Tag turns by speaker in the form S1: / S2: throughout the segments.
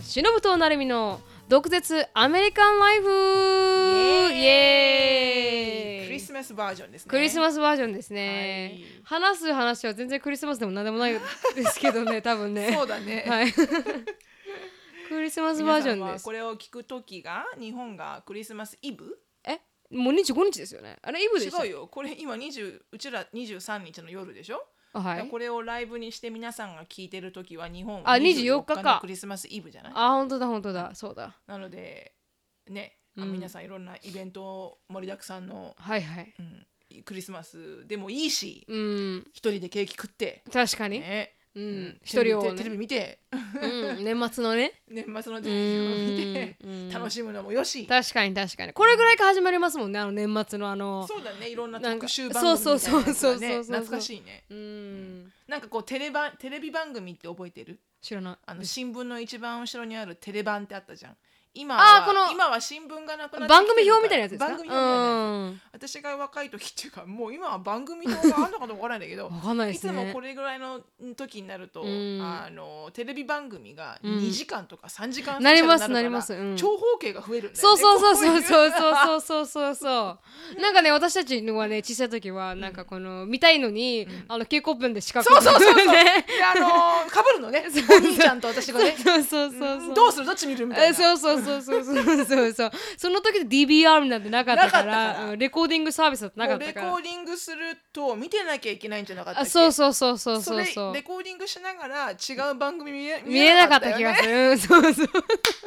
S1: しのぶとなるみの毒舌アメリカンライフイエーイ
S2: クリスマスバージョンですね
S1: クリス
S2: ス
S1: マスバージョンですね、話す話は全然クリスマスでも何でもないですけど ね多分ね
S2: そうだね、
S1: はいクリスマスバージョ
S2: 皆さん
S1: ンで
S2: は
S1: す
S2: これを聞くときが日本がクリスマスイブ
S1: えもう25日ですよねあれイブでした
S2: 違うよこれ今20うちら23日の夜でしょ、
S1: あは
S2: だから
S1: い
S2: これをライブにして皆さんが聞いてるときは日本
S1: あ24日か
S2: のクリスマスイブじゃない
S1: あ本当だ本当だそうだ
S2: なのでね、あ
S1: うん
S2: 皆さんいろんなイベント盛りだくさんの、
S1: はいはい
S2: うん、クリスマスでもいいし
S1: うん
S2: 一人でケーキ食って、
S1: 確かに、
S2: ね
S1: う
S2: うんテ
S1: 一
S2: レビ
S1: 人を、
S2: テレ
S1: ね
S2: ビ見て
S1: うん、年末の ね
S2: 年末の
S1: う
S2: テレビを見て
S1: んうん
S2: 楽しむのもよし
S1: 確かに確かにこれぐらいから始まりますもんねあの年末のあの
S2: そうだねいろんな
S1: なんか
S2: 特集番組みたいなやつがね
S1: そうそうそうそうそう
S2: 懐かしいね
S1: うん
S2: なんかこうテレバテレビ番組って覚えてる
S1: 知らない
S2: あの新聞の一番後ろにあるテレ版ってあったじゃん今
S1: あーこの
S2: は今は新聞がなくなってきてるから
S1: 番組表みたいなやつですか
S2: 番組表みたいなやつ
S1: うん
S2: 私が若い時っていうかもう今は番組表があるのかどうかわからないんだけど
S1: わかんないで
S2: い
S1: す
S2: つ
S1: ね
S2: もこれぐらいの時になると、
S1: うん
S2: あのテレビ番組が
S1: うん
S2: 2時間とか3時間
S1: なります
S2: スペシャルに
S1: なりますうん
S2: 長方形が増えるんだよ
S1: そう
S2: ね
S1: そうそう
S2: こ
S1: そう
S2: い
S1: そうそうそうそうそうそう なんかね私たちのはね小さい時はなんかこの見たいのに、あの K コップンで四角
S2: そうそうそうそう
S1: ね
S2: であ のかぶるのねお兄ちゃんと私がね
S1: そうそ
S2: う
S1: うそうそ
S2: ん
S1: う
S2: どうするどっち見るみたい
S1: え
S2: な
S1: そうそうそうそうそうそうそうその時で DBR なんてなかったから
S2: なかったから
S1: うんレコーディングサービスだってなか
S2: も
S1: っ
S2: うレ
S1: た
S2: コ
S1: から
S2: ーディングすると見てなきゃいけないんじゃなかったっ
S1: あ
S2: け
S1: そうそうそうそうそうそ
S2: れ
S1: う
S2: レコーディングしながら違う番組見え
S1: 見えなかった
S2: よね
S1: 気がする、うんそうそう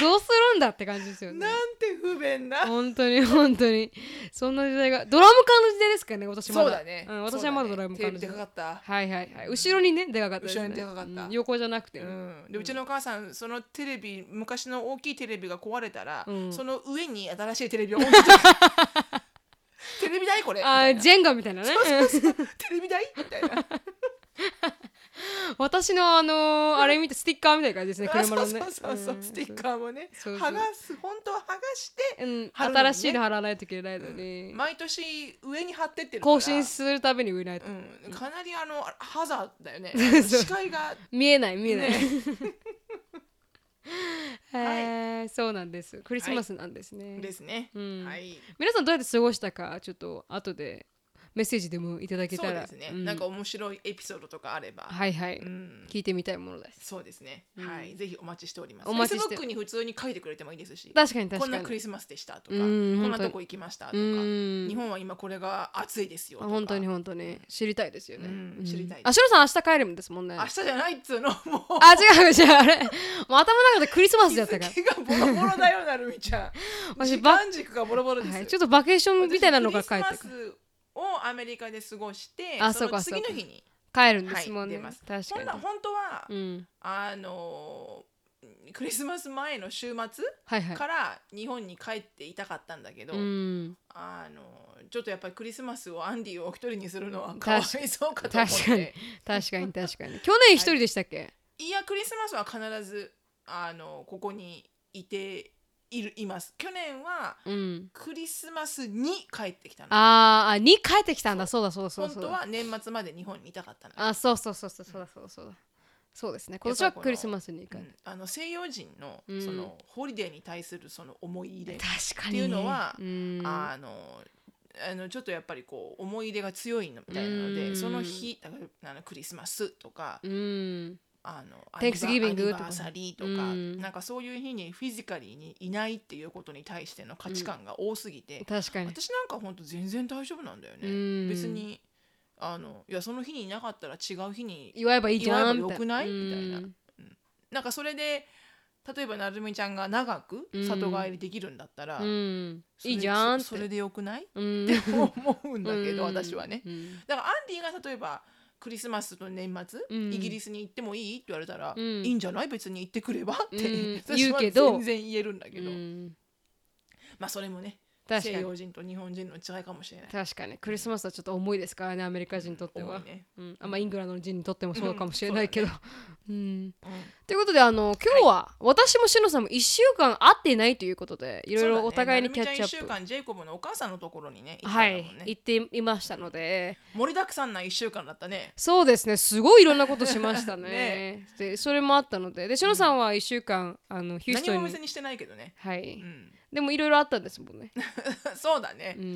S1: どうするんだって感じですよね
S2: なんて不便な
S1: 本当に本当にそんな時代がドラム缶の時代ですかね私ま
S2: そ
S1: だ
S2: うだね、
S1: ん、私はまだドラム缶の
S2: そうだねテレ
S1: 時
S2: ビでかか
S1: 代
S2: った
S1: はいはいはい後ろにねでかかったですね
S2: 後ろにでかかった
S1: うん横じゃなくて、
S2: うん、でうちのお母さんそのテレビ昔の大きいテレビが壊れたら、
S1: うん
S2: その上に新しいテレビを置いてた テレビ台これみ
S1: あ
S2: たい
S1: ー
S2: な
S1: ジェンガみたいなね
S2: テレビ台み たいな
S1: うん私のあのーあれ見てスティッカーみたいな感じですね
S2: あ
S1: 車
S2: そう
S1: のね
S2: そうそうそう、
S1: ん
S2: スティッカーもね
S1: そうそう
S2: 剥がす本当は剥がして
S1: う
S2: 貼
S1: ん、
S2: るのにね
S1: 新しいの貼らないといけないのに、
S2: 毎年上に貼ってってるから
S1: 更新するたびに売れないと、
S2: うん、かなりあのハザードだよね
S1: そう
S2: 視界が
S1: 見えない見えない、 へーそうなんですクリスマスなんですね、
S2: ですね、
S1: うん
S2: はい
S1: 皆さんどうやって過ごしたかちょっと後でメッセージでもいただけ
S2: そ
S1: た
S2: う
S1: ら
S2: ですね、
S1: うん
S2: なんか面白いエピソードとかあれば、
S1: はいはい、
S2: うん、
S1: 聞いてみたいものです
S2: そうですね、
S1: うん
S2: はいぜひお待ちしております
S1: お待ちして
S2: Facebook に普通に書いてくれてもいいですし
S1: 確かに
S2: こ
S1: 確
S2: ん
S1: か
S2: な
S1: に
S2: クリスマスでしたとかこ
S1: うん
S2: んな
S1: 本当に
S2: とこ行きましたとか
S1: うん
S2: 日本は今これが暑いですよ
S1: あ
S2: とか
S1: 本当に本当に知りたいですよね、
S2: うん知りたい
S1: あしろさん明日帰るんですもんね
S2: 明日じゃないっつうのもう
S1: あ違う違うあれもう頭の中でクリスマス
S2: 日
S1: だったから
S2: 付がボロボロだよなるみちゃん
S1: 私
S2: 時
S1: ば
S2: 間軸がボロボロです、
S1: はい、ちょっとバケーションみたいなのが帰って
S2: 私
S1: く
S2: ク
S1: る
S2: リスマスをアメリカで過ごして
S1: あ
S2: そ
S1: そうか
S2: の
S1: そう
S2: 次
S1: か
S2: の日に
S1: 帰るんですもんね、
S2: はい出ます本当は
S1: 確かに、
S2: 本当は、
S1: うん、
S2: あのークリスマス前の週末
S1: はいはい
S2: から日本に帰っていたかったんだけど、
S1: うん
S2: あのーちょっとやっぱりクリスマスをアンディをお一人にするのは
S1: 確
S2: かわいそうかと思っ
S1: 確かに
S2: て
S1: 確かに 確かに去年一人でしたっけ、
S2: いやクリスマスは必ずあのここにいているいます去年は
S1: うん
S2: クリスマスに帰ってきたの
S1: あーあに帰ってきたんだそうだそうだそうだ
S2: 本
S1: そう
S2: 当
S1: だ
S2: は年末まで日本にいたかったの、
S1: あそうそうそうそうそうだそうだそうだそうですね今年はクリスマスに
S2: う
S1: 帰る、
S2: んあの西洋人の
S1: うん
S2: そのホリデーに対するその思い入れ、
S1: 確かに、ね、
S2: っていうのは
S1: うん
S2: あのあのちょっとやっぱりこう思い入れが強いのみたいなの
S1: う
S2: で
S1: ん
S2: その日だからあのクリスマスとか
S1: うん
S2: あの
S1: Thanksgiving
S2: アニバア
S1: とか
S2: ニバーサリーと
S1: う
S2: か
S1: ん
S2: なんかそういう日にフィジカリーにいないっていうことに対しての価値観が多すぎて、
S1: 確かに
S2: 私なんか本当全然大丈夫なんだよね、
S1: うん
S2: 別にあのいやその日にいなかったら違う日に
S1: 祝えばいいじゃん
S2: 祝えばよくないみたいな
S1: うん
S2: なんかそれで例えばなるみちゃんが長く
S1: うん
S2: 里帰りできるんだったら、
S1: うん
S2: そ
S1: い
S2: れ
S1: いじゃんって
S2: そそれでよくない
S1: うん
S2: って思うんだけど、
S1: うん
S2: 私はね
S1: うん
S2: だからアンディが例えばクリスマスと年末、
S1: うん
S2: イギリスに行ってもいいって言われたら、
S1: うん
S2: いいんじゃない別に 行ってくればって、
S1: うん
S2: 私は
S1: 言うけど
S2: 全然言えるんだけど、
S1: うん
S2: まあそれもね
S1: 確
S2: 西
S1: かに
S2: 洋人と日本人の違いかもしれない。
S1: 確かにクリスマスはちょっと重いですからねアメリカ人にとって
S2: 重
S1: は、
S2: いね
S1: うん、あまあイングランドの人にとってもそうかもしれないけど、うん
S2: うん
S1: ということであの今日は、私もしのさんも1週間会っていないということでいろい
S2: そうだ
S1: ろ
S2: ね
S1: お互いにキャッチア
S2: なるみちゃん一
S1: ッ
S2: 週
S1: プ、
S2: 間ジェイコブのお母さんのところにね、行ったん
S1: は
S2: だもん
S1: い
S2: ね
S1: 行っていましたので
S2: 盛りだくさんな一週間だったね。
S1: そうですねすごいいろんなことしましたね
S2: ね
S1: でそれもあったのででしのさんは1週間あのヒュー
S2: 何
S1: スト
S2: も
S1: ンに
S2: 別にしてないけどね。
S1: は
S2: う
S1: い、
S2: ん、
S1: でもいろいろあったんですもんね、
S2: そうだね
S1: う。、
S2: うん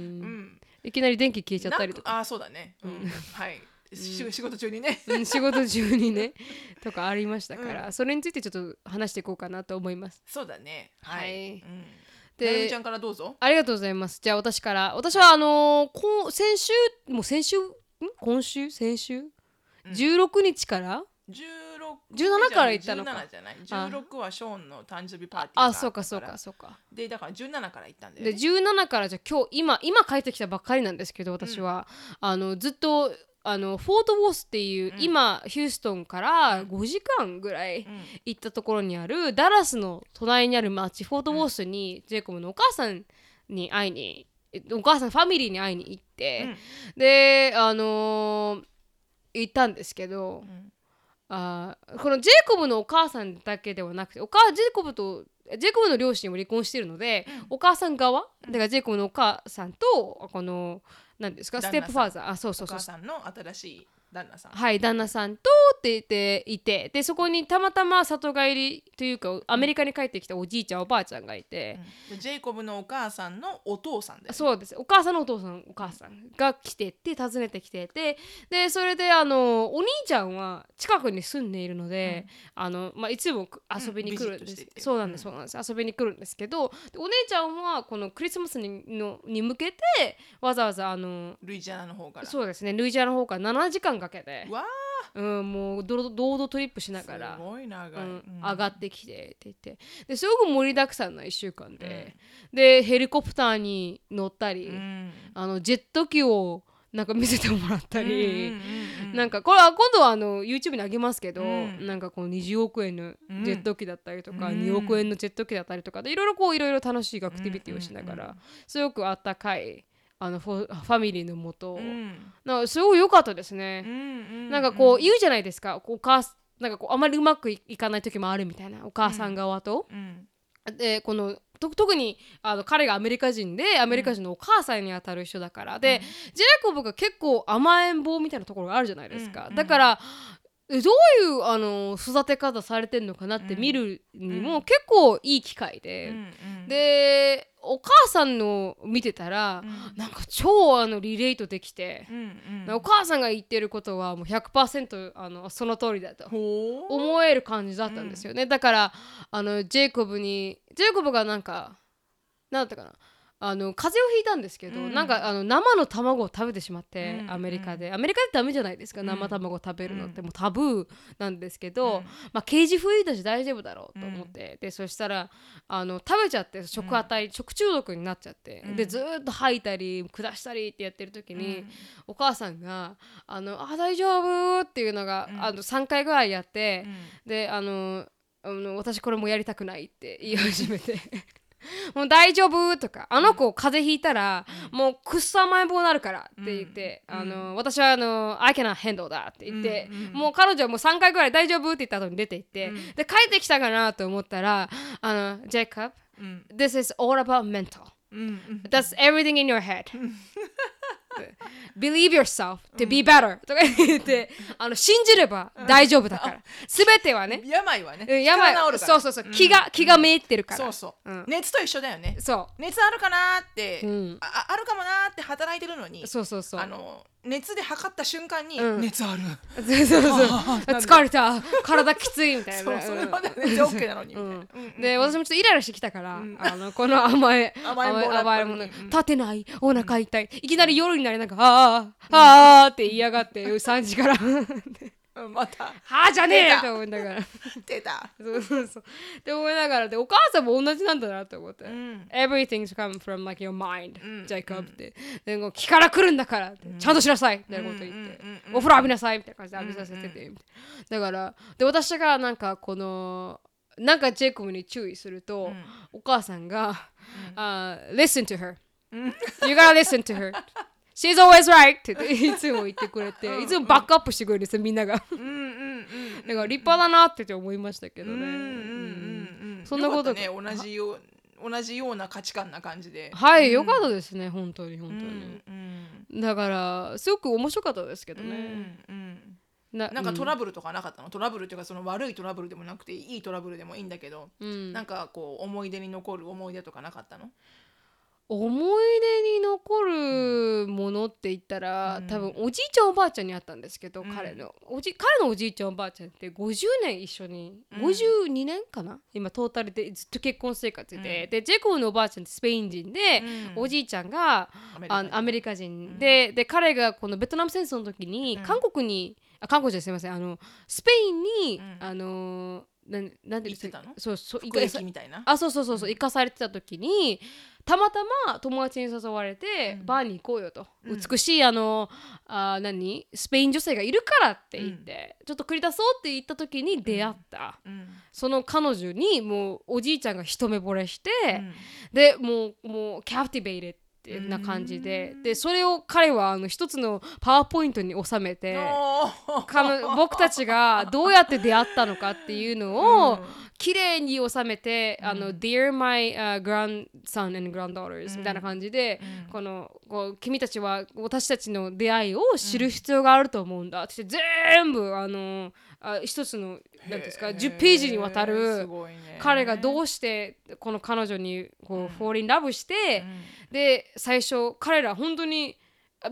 S2: ん。
S1: いきなり電気消えちゃったりとか
S2: なあー、そうだね。うん、はい。し仕事中にね。
S1: うん仕事中にねとかありましたから、それについてちょっと話していこうかなと思います。
S2: そうだね。
S1: は
S2: はいい。うんなるみちゃ
S1: で
S2: んからどうぞ。
S1: ありがとうございます。じゃあ私から私はあのーこう先週もう先週ん今週先週、16日から
S2: 十六。
S1: 17から行ったのか
S2: 17じゃない。十六はショーンの誕生日パーティーが
S1: あ
S2: ったら
S1: そうかそうか。そうか。
S2: でだから十七から行ったんだよ
S1: で
S2: ね。
S1: 17からじゃあ今日今今帰ってきたばっかりなんですけど私は、あのずっとあのフォートウォースっていう、
S2: うん
S1: 今ヒューストンから5時間ぐらい
S2: うん
S1: 行ったところにあるダラスの隣にある町フォートウォースに、ジェイコムのお母さんに会いにえっとお母さんファミリーに会いに行って、であのー行ったんですけど
S2: う、ん
S1: あーこのジェイコブのお母さんだけではなくてお母ジェイコブとジェイコブの両親も離婚してるので、お母さん側だからジェイコブのお母さんとこの何ですかス
S2: 旦
S1: テッ
S2: 那さん
S1: プファーザーあそう
S2: お
S1: そうそう
S2: 母さんの新しい旦那さん。
S1: はい旦那さんとって言っていてでそこにたまたま里帰りというかアメリカに帰ってきたおじいちゃんおばあちゃんがいて、
S2: うんでジェイコブのお母さんのお父さんだよね。
S1: そうですお母さんのお父さんお母さんが来てて訪ねてきててでそれであのお兄ちゃんは近くに住んでいるので、あのまあ、いつもく遊びに来るん
S2: うん
S1: で
S2: ビ
S1: す、
S2: ジットしてて
S1: そうなんです
S2: う
S1: そうなんです遊びに来るんですけどでお姉ちゃんはこのクリスマスにのに向けてわざわざあの
S2: ルイジアナの方から。
S1: そうですねルイジアナの方から7時間かけて
S2: う、わ
S1: うん、もう堂々堂々トリップしな
S2: ー
S1: がら
S2: す。ごい長
S1: う
S2: い。
S1: ん
S2: うん
S1: 上がってきてって言ってですごく盛りだくさんな1週間で、でヘリコプターに乗ったり、
S2: うん
S1: あのジェット機をなんか見せてもらったり、なん
S2: か
S1: かこれは今度はあの YouTube にあげますけど、
S2: うん
S1: なんかこう20億円のジェット機だったりとか、
S2: うん
S1: 2億円のジェット機だったりとかでいろいろこういろいろ楽しいアクティビティをしながら、
S2: うんうん
S1: すごくあったかいあのフォファミリーのもと、
S2: うん
S1: なんかすごい良かったです
S2: う
S1: ね、
S2: ん
S1: なんかこう言うじゃないですかこうお母さんなんかこうあまりうまくいいかない時もあるみたいなお母さん側と、
S2: うん
S1: でこのと特にあの彼がアメリカ人でアメリカ人のお母さんにあたる人だから、で、ジェイコブが結構甘えん坊みたいなところがあるじゃないですか、
S2: うん
S1: だからえどういうあの育て方されてるのかなって見るに
S2: う
S1: も
S2: ん
S1: 結構いい機会
S2: う
S1: で、
S2: んうん、
S1: でお母さんの見てたら
S2: う、ん
S1: なんか超あのリレートできて、
S2: うんうん
S1: お母さんが言ってることはもう100%あのその通りだと
S2: ほう
S1: 思える感じだったんですよね、だからあのジェイコブにジェイコブがなんかなんだったかなあの風邪をひいたんですけど、
S2: うん
S1: なんかあの生の卵を食べてしまって、
S2: うん
S1: アメリカでアメリカでダメじゃないですか、
S2: うん
S1: 生卵を食べるのって
S2: う
S1: もうタブーなんですけど、まあ、ケージフリーだし大丈夫だろうと思って、でそしたらあの食べちゃって食あたり、食中毒になっちゃって、
S2: うん
S1: でずーっと吐いたり下したりってやってる時
S2: うん
S1: に、お母さんが「あのあ大丈夫」っていうのが、
S2: うん
S1: あの3回ぐらいやって
S2: う、ん
S1: であのあの私これもやりたくないって 言い始めて もう大丈夫とかあの子風邪ひいたら、もうくっそ甘えん坊になるからって言って、
S2: うん
S1: あの私はあの I cannot handle だって言って、
S2: うんうん
S1: もう彼女はもう3回ぐらい大丈夫って言った後に出て行って、
S2: うん
S1: で帰ってきたかなと思ったらあの Jacob
S2: うん
S1: this is all about mental
S2: うんうん、
S1: That's everything in your head. Believe yourself to be better とか言って、あの信じれば大丈夫だから。すべてはね、
S2: 病はね、
S1: うん病
S2: 気が治るから
S1: そうそうそう、気が気がめいってるから。
S2: そうそう、
S1: うん
S2: 熱と一緒だよね
S1: そ
S2: 熱あるかなーって、
S1: うん
S2: ああるかもなーって働いてるのに
S1: うそうそうそう。
S2: あの熱で測った瞬間に、
S1: うん
S2: 熱ある
S1: そうそうそう。
S2: あ ーなんで
S1: 疲れた、体きついみた い
S2: そ
S1: な
S2: う。それまで
S1: うん
S2: 熱 OK なのにみたいな、
S1: う
S2: うんん
S1: で私もちょっとイライラしてきたから、
S2: うん
S1: あのこの甘え
S2: 甘えん坊だったのに
S1: 甘えもの
S2: うん
S1: 立てないお腹痛い、いきなり夜になりなんかあーあーって言いやがって3 時から
S2: うんうんまた
S1: はあじゃねえよ
S2: 出た
S1: と思いながら
S2: 出た、
S1: そうそうそうって思いながらでお母さんも同じなんだなと思って、
S2: うん、
S1: Everything's come from like your mind、
S2: うん
S1: ジャイコブって、でこう気から来るんだからって、ちゃんとしなさいみたいなこと言って、
S2: うんうんうんうん
S1: お風呂浴びなさいみたいな感じで浴びさせてて、みたいなだからで私がなんかこのなんかジェイコブに注意すると、
S2: うん
S1: お母さんが、あー Listen to her You gotta listen to her. She's always right! って言っていつも言ってくれて、いつもバックアップしてくれるんですよ、みんなが。だか
S2: うんうんうん
S1: ら立派だなって思いましたけど
S2: うんうん
S1: ね。
S2: うんうん
S1: そんなこと
S2: よかったね同じよう同じような価値観な感じで
S1: はい、よかったですね、本当に本
S2: う
S1: 当に
S2: ん。うん
S1: だから、すごく面白かったですけど
S2: う
S1: ね。
S2: んうん
S1: な
S2: なんかト
S1: ラ
S2: ラブルとかなかったのトラブルっていうかその悪いトラブルでもなくていいトラブルでもいいんだけど、
S1: うん
S2: なんかこう思い出に残る思い出とかなかったの
S1: 思い出に残るものって言ったら、
S2: うん
S1: 多分おじいちゃんおばあちゃんにあったんですけど、
S2: うん
S1: 彼のおじ彼のおじいちゃんおばあちゃんって50年一緒に、
S2: うん
S1: 52年かな今トータルでずっと結婚生活で、
S2: うん
S1: でジェコブのおばあちゃんってスペイン人で、おじいちゃんがあのアメ
S2: リ
S1: リカ人で,、で彼がこのベトナム戦争の時に
S2: うん
S1: 韓国に、あ韓国じゃないすみませんあのスペインに、
S2: うん
S1: あのなんなんていうんです
S2: 行
S1: か
S2: ってたの
S1: そうそう
S2: カ駅みたいな
S1: あそうそうそうそう行かされてた時にたまたま友達に誘われて、
S2: うん
S1: バーに行こうよと、
S2: うん
S1: 美しいあのあー何スペイン女性がいるからって言って、ちょっと繰り出そうって言った時に出会った、
S2: うん
S1: その彼女にもうおじいちゃんが一目惚れして、
S2: うん
S1: でもうもうキャプティベイレってな感じで、
S2: うん
S1: でそれを彼はあの一つのパワーポイントに収めて。
S2: おー
S1: かの僕たちがどうやって出会ったのかっていうの
S2: う
S1: を、
S2: ん
S1: 綺麗に収めて、あ
S2: う
S1: の
S2: ん
S1: Dear my、uh, grandson and granddaughters、
S2: うん
S1: みたいな感じで、
S2: うん
S1: このこう君たちは私たちの出会いを知る必要があると思うんだって全部あのあ一つのなんていうんですか
S2: へー
S1: 10ページにわた
S2: す
S1: る
S2: ごいね
S1: 彼がどうしてこの彼女にこう、
S2: うん
S1: fall in love して、
S2: うん
S1: で最初彼ら本当に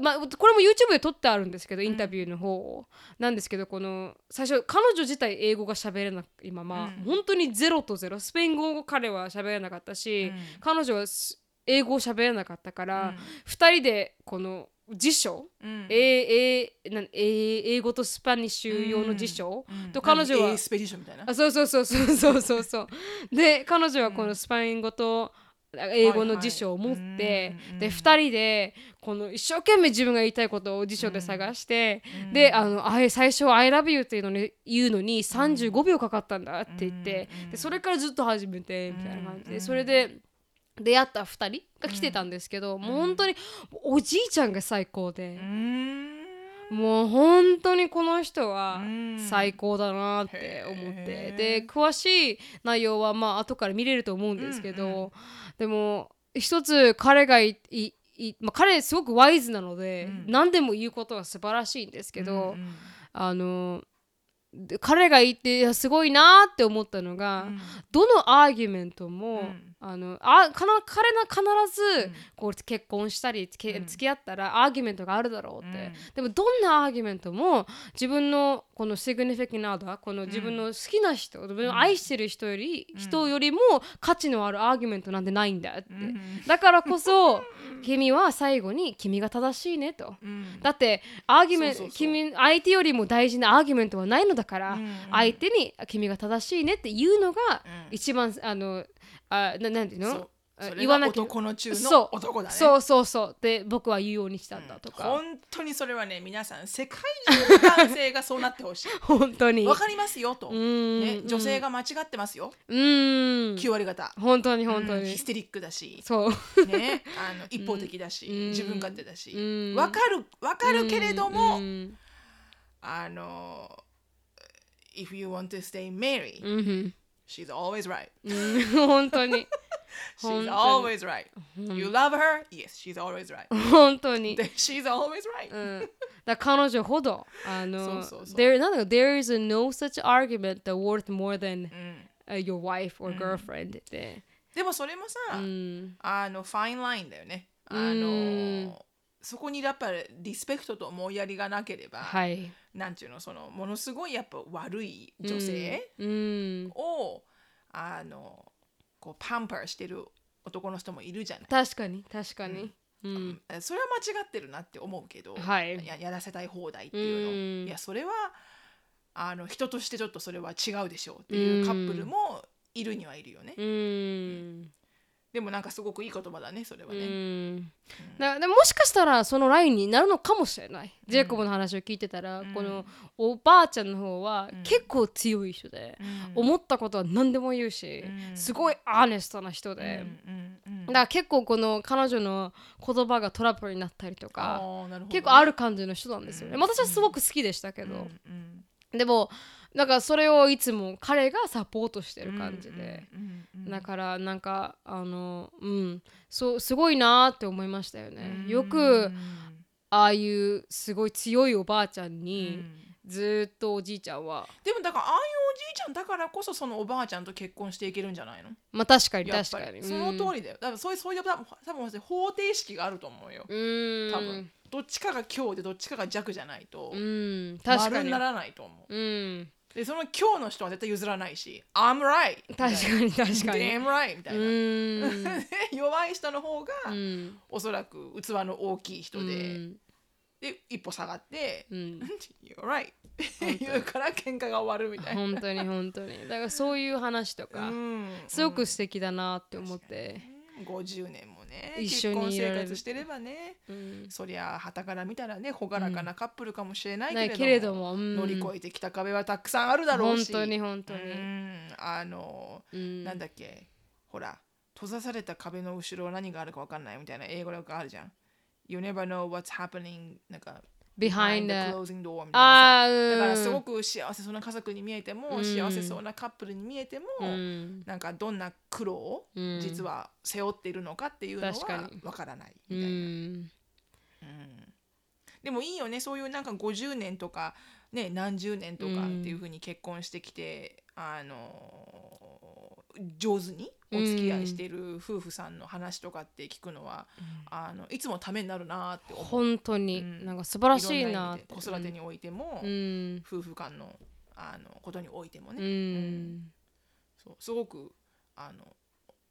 S1: まあ、これも YouTube で撮ってあるんですけどインタビューの方を、なんですけどこの最初彼女自体英語が喋れなくまま、
S2: うん
S1: 本当にゼロとゼロスペイン語を彼は喋れなかったし、
S2: うん
S1: 彼女はす英語を喋れなかったから、二2人でこの辞書、
S2: うん
S1: えーえーなんえー英語とスパニッシュ用の辞書、
S2: うん
S1: と彼女は
S2: エスペディションみたいな
S1: あそうそうそうそうそうそうそうで彼女はこのスパイン語と英語の辞書を持って、
S2: はいはいうん
S1: で2人でこの一生懸命自分が言いたいことを辞書で探して、
S2: うん
S1: であのあい最初は「I love you」っていうのに言うのに35秒かかったんだって言って、
S2: うん
S1: でそれからずっと始めてみたいな感じで、
S2: うん
S1: それで出会った2人が来てたんですけど、もう本当におじいちゃんが最高で。
S2: うん
S1: もう本当にこの人は
S2: うん
S1: 最高だなって思って、
S2: へー
S1: で詳しい内容はまあ後から見れると思うんですけど、
S2: うんうん
S1: でも一つ彼がいいいまあ、彼すごくワイズなので、
S2: うん
S1: 何でも言うことは素晴らしいんですけど、
S2: うん
S1: あので彼が言っていやすごいなって思ったのが、
S2: うん
S1: どのアーギュメントも、
S2: うん
S1: あのあかな彼が必ず、
S2: うん
S1: こう結婚したりつけ
S2: うん
S1: 付き合ったらアーギュメントがあるだろうって、
S2: うん
S1: でもどんなアーギュメントも自分のこのシグニフィキナーだこの自分の好きな人、自分の愛してる人より、
S2: うん
S1: 人よりも価値のあるアーギュメントなんてないんだって、
S2: うん
S1: だからこそ君は最後に君が正しいねと。
S2: うん
S1: だってアーギュメン
S2: そうそうそう
S1: 君相手よりも大事なアーギュメントはないのだから、
S2: うん
S1: 相手に君が正しいねって言うのが
S2: うん
S1: 一番あのあななんていうの
S2: そうそれが
S1: 言わなきゃ
S2: 男の中
S1: そ
S2: の
S1: う
S2: 男だね
S1: そうそうそうで僕は言うようにしたんだとか、
S2: 本当にそれはね皆さん世界中の男性がそうなってほしい
S1: 本当に
S2: わかりますよと、
S1: うー
S2: ね、
S1: ん
S2: 女性が間違ってますよ、
S1: うーん
S2: 9割方
S1: 本当に本当
S2: うん
S1: に、
S2: ヒステリックだし、
S1: そう
S2: ね、あの一方的だし、
S1: うん
S2: 自分勝手だし、
S1: うん
S2: わかるわかるけれども、
S1: うん
S2: あの If you want to stay married、
S1: うん
S2: she's always right
S1: うん 本当に
S2: she's
S1: 本
S2: always right you love her yes she's always right
S1: 本当に、
S2: で she's always
S1: う
S2: right
S1: ん、だから彼女ほどあの
S2: そうそうそう
S1: there なんだろう there is no such argument that worth more than
S2: うん、
S1: uh, your wife or girlfriend って、
S2: でもそれもさ、
S1: うん、
S2: あのファインラインだよねあ
S1: うん
S2: のそこにやっぱりリスペクトと思いやりがなければ、
S1: はい
S2: なんていうのそのものすごいやっぱ悪い女性
S1: うん
S2: を、あのこうパンパーしてる男の人もいるじゃない
S1: 確かに確かに、うん
S2: うんそれは間違ってるなって思うけど、
S1: はい
S2: ややらせたい放題っていう
S1: うん
S2: のいやそれはあの人としてちょっとそれは違うでしょうっていうカップルもいるにはいるよね、
S1: うん
S2: でもなんかすごくいい言葉だねそれは
S1: う
S2: ね、
S1: んだでもしかしたらそのラインになるのかもしれない、ジェイコブの話を聞いてたら、
S2: うん
S1: このおばあちゃんの方は
S2: うん
S1: 結構強い人で、
S2: うん
S1: 思ったことは何でも言うし、
S2: うん
S1: すごいアーネストな人
S2: うん
S1: で、
S2: うんうん
S1: だから結構この彼女の言葉がトラブルになったりと
S2: あ
S1: か、
S2: ーなるほどね
S1: 結構ある感じの人なんですよね、
S2: うん
S1: 私はすごく好きでしたけど、
S2: うんうん
S1: でもなんかそれをいつも彼がサポートしてる感じで、
S2: うんうんうん
S1: だからなんかあのうんそうすごいなーって思いましたよね、よくああいうすごい強いおばあちゃん
S2: うん
S1: に、ずーっとおじいちゃんは
S2: でもだからああいうおじいちゃんだからこそそのおばあちゃんと結婚していけるんじゃないの
S1: まあ確かに
S2: や
S1: 確
S2: っぱ
S1: か
S2: り
S1: に
S2: その
S1: うん
S2: 通りだよだからそういうそういう多分多分方程式があると思うよ
S1: うーん
S2: 多分どっちかが強でどっちかが弱じゃないと
S1: うん確か
S2: 丸
S1: に
S2: にならないと思う
S1: うん
S2: でその強の人は絶対譲らないし「I'm right」みたい
S1: 確
S2: な
S1: かに確かに
S2: Damn right」みた
S1: う
S2: いな、
S1: ー ん
S2: 弱い人の方が、
S1: うん
S2: おそらく器の大きい人で、
S1: うん
S2: で一歩下がって「
S1: うん
S2: You're right」って言うから喧嘩が終わるみたいな。
S1: 本当に本当にだからそういう話とか、
S2: うん
S1: すごく素敵だなって思っ
S2: う
S1: て、
S2: ん50年もね
S1: 一緒
S2: 結
S1: に
S2: 婚
S1: いられ
S2: 生
S1: る
S2: 活してればね
S1: うん
S2: そりゃはたから見たらね朗らかなカップルかもしれないけ
S1: な
S2: れ
S1: い
S2: ども,、
S1: けれども、うん
S2: 乗り越えてきた壁はたくさんあるだろうし
S1: 本当に本当に
S2: うんあの、
S1: うん
S2: なんだっけほら閉ざされた壁の後ろは何があるかわかんないみたいな英語力あるじゃん You never know what's happening なんか
S1: behind
S2: the
S1: the
S2: closing door みたいなさ
S1: あーう
S2: だ
S1: ん
S2: からすごく幸せそうな家族に見えても、
S1: うん
S2: 幸せそうなカップルに見えても、
S1: うん
S2: なんかどんな苦労を
S1: うん
S2: 実は背負っているのかっていうのは
S1: 確かに
S2: わからないみ
S1: う
S2: たいな、
S1: ん
S2: うんでもいいよねそういうなんか50年とか、ね、何十年とかっていうふうに結婚してきて、あのー上手にお付き合いしている夫婦さんの話とかって聞くのは、あのいつもためになるなって思う。
S1: 本当に、
S2: うん
S1: なんか素晴らしい
S2: ろんな
S1: な
S2: 意味で子育てにおいても、
S1: うん
S2: 夫婦間のあのことにおいても
S1: うん、
S2: ね、そうすごくあの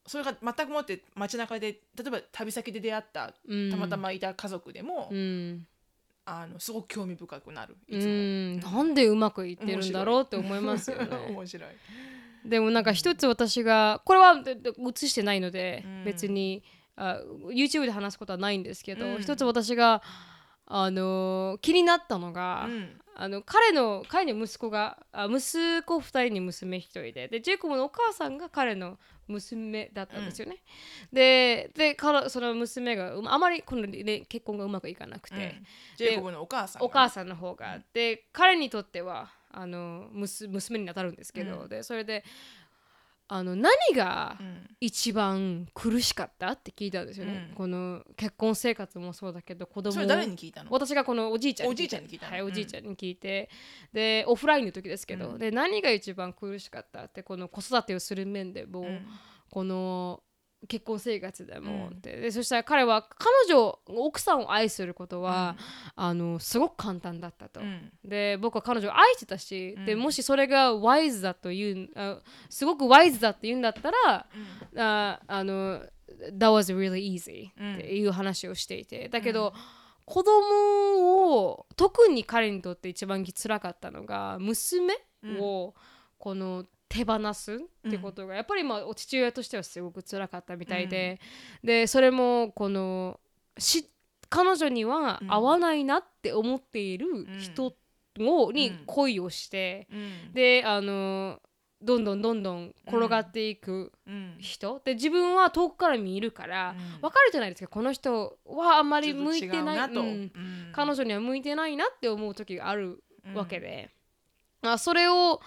S2: それが全くもって街中で例えば旅先で出会った
S1: うん
S2: たまたまいた家族でも、
S1: うん、
S2: あのすごく興味深くなる
S1: う
S2: いつも。
S1: ん、なんでうまくいってるんだろうって思いますよね
S2: 面白い。
S1: でもなんか一つ私がこれはでで映してないので、
S2: うん
S1: 別にあ YouTube で話すことはないんですけど、
S2: うん
S1: 一つ私があのー気になったのが、
S2: うん
S1: あの彼の彼の息子があ息子2人に娘1人ででジェイコブのお母さんが彼の娘だったんですよね、ででからその娘がうまあまりこの、ね、結婚がうまくいかなくて、
S2: うんジェイコブのお母さんが
S1: お母さんの方が、で彼にとってはあの娘娘に当たるんですけど、
S2: うん
S1: でそれであの何が
S2: うん
S1: 一番苦しかったって聞いたんですよね、
S2: うん
S1: この結婚生活もそうだけど子供
S2: それ誰に聞いたの
S1: 私がこのおじいちゃん
S2: おじいちゃんに聞いたの
S1: はい
S2: うん
S1: おじいちゃんに聞いて、でオフラインの時ですけど、
S2: うん
S1: で何が一番苦しかったってこの子育てをする面でも、
S2: うん
S1: この結婚生活でも、
S2: うん
S1: ってでそしたら彼は彼女奥さんを愛することは、あのすごく簡単だったと。
S2: うん
S1: で僕は彼女を愛してたし、
S2: うん
S1: でもしそれがワイズだというんあすごくワイズだって言うんだったら
S2: うん
S1: ああの That was really easy
S2: うん
S1: っていう話をしていて、だけど、子供を特に彼にとって一番辛かったのが娘をこの手放すってことが、やっぱりまあお父親としてはすごく辛かったみたいで、でそれもこのし彼女には合わないなって思っている人を、に
S2: うん
S1: 恋をして、
S2: うん
S1: であのどんどんどんどん転がっていく
S2: うん
S1: 人、で自分は遠くから見るから、
S2: うん
S1: わかるじゃないですかこの人はあんまり向いてない
S2: ちょっと違うなと
S1: うん
S2: うん
S1: 彼女には向いてないなって思う時があるわけで、あそれを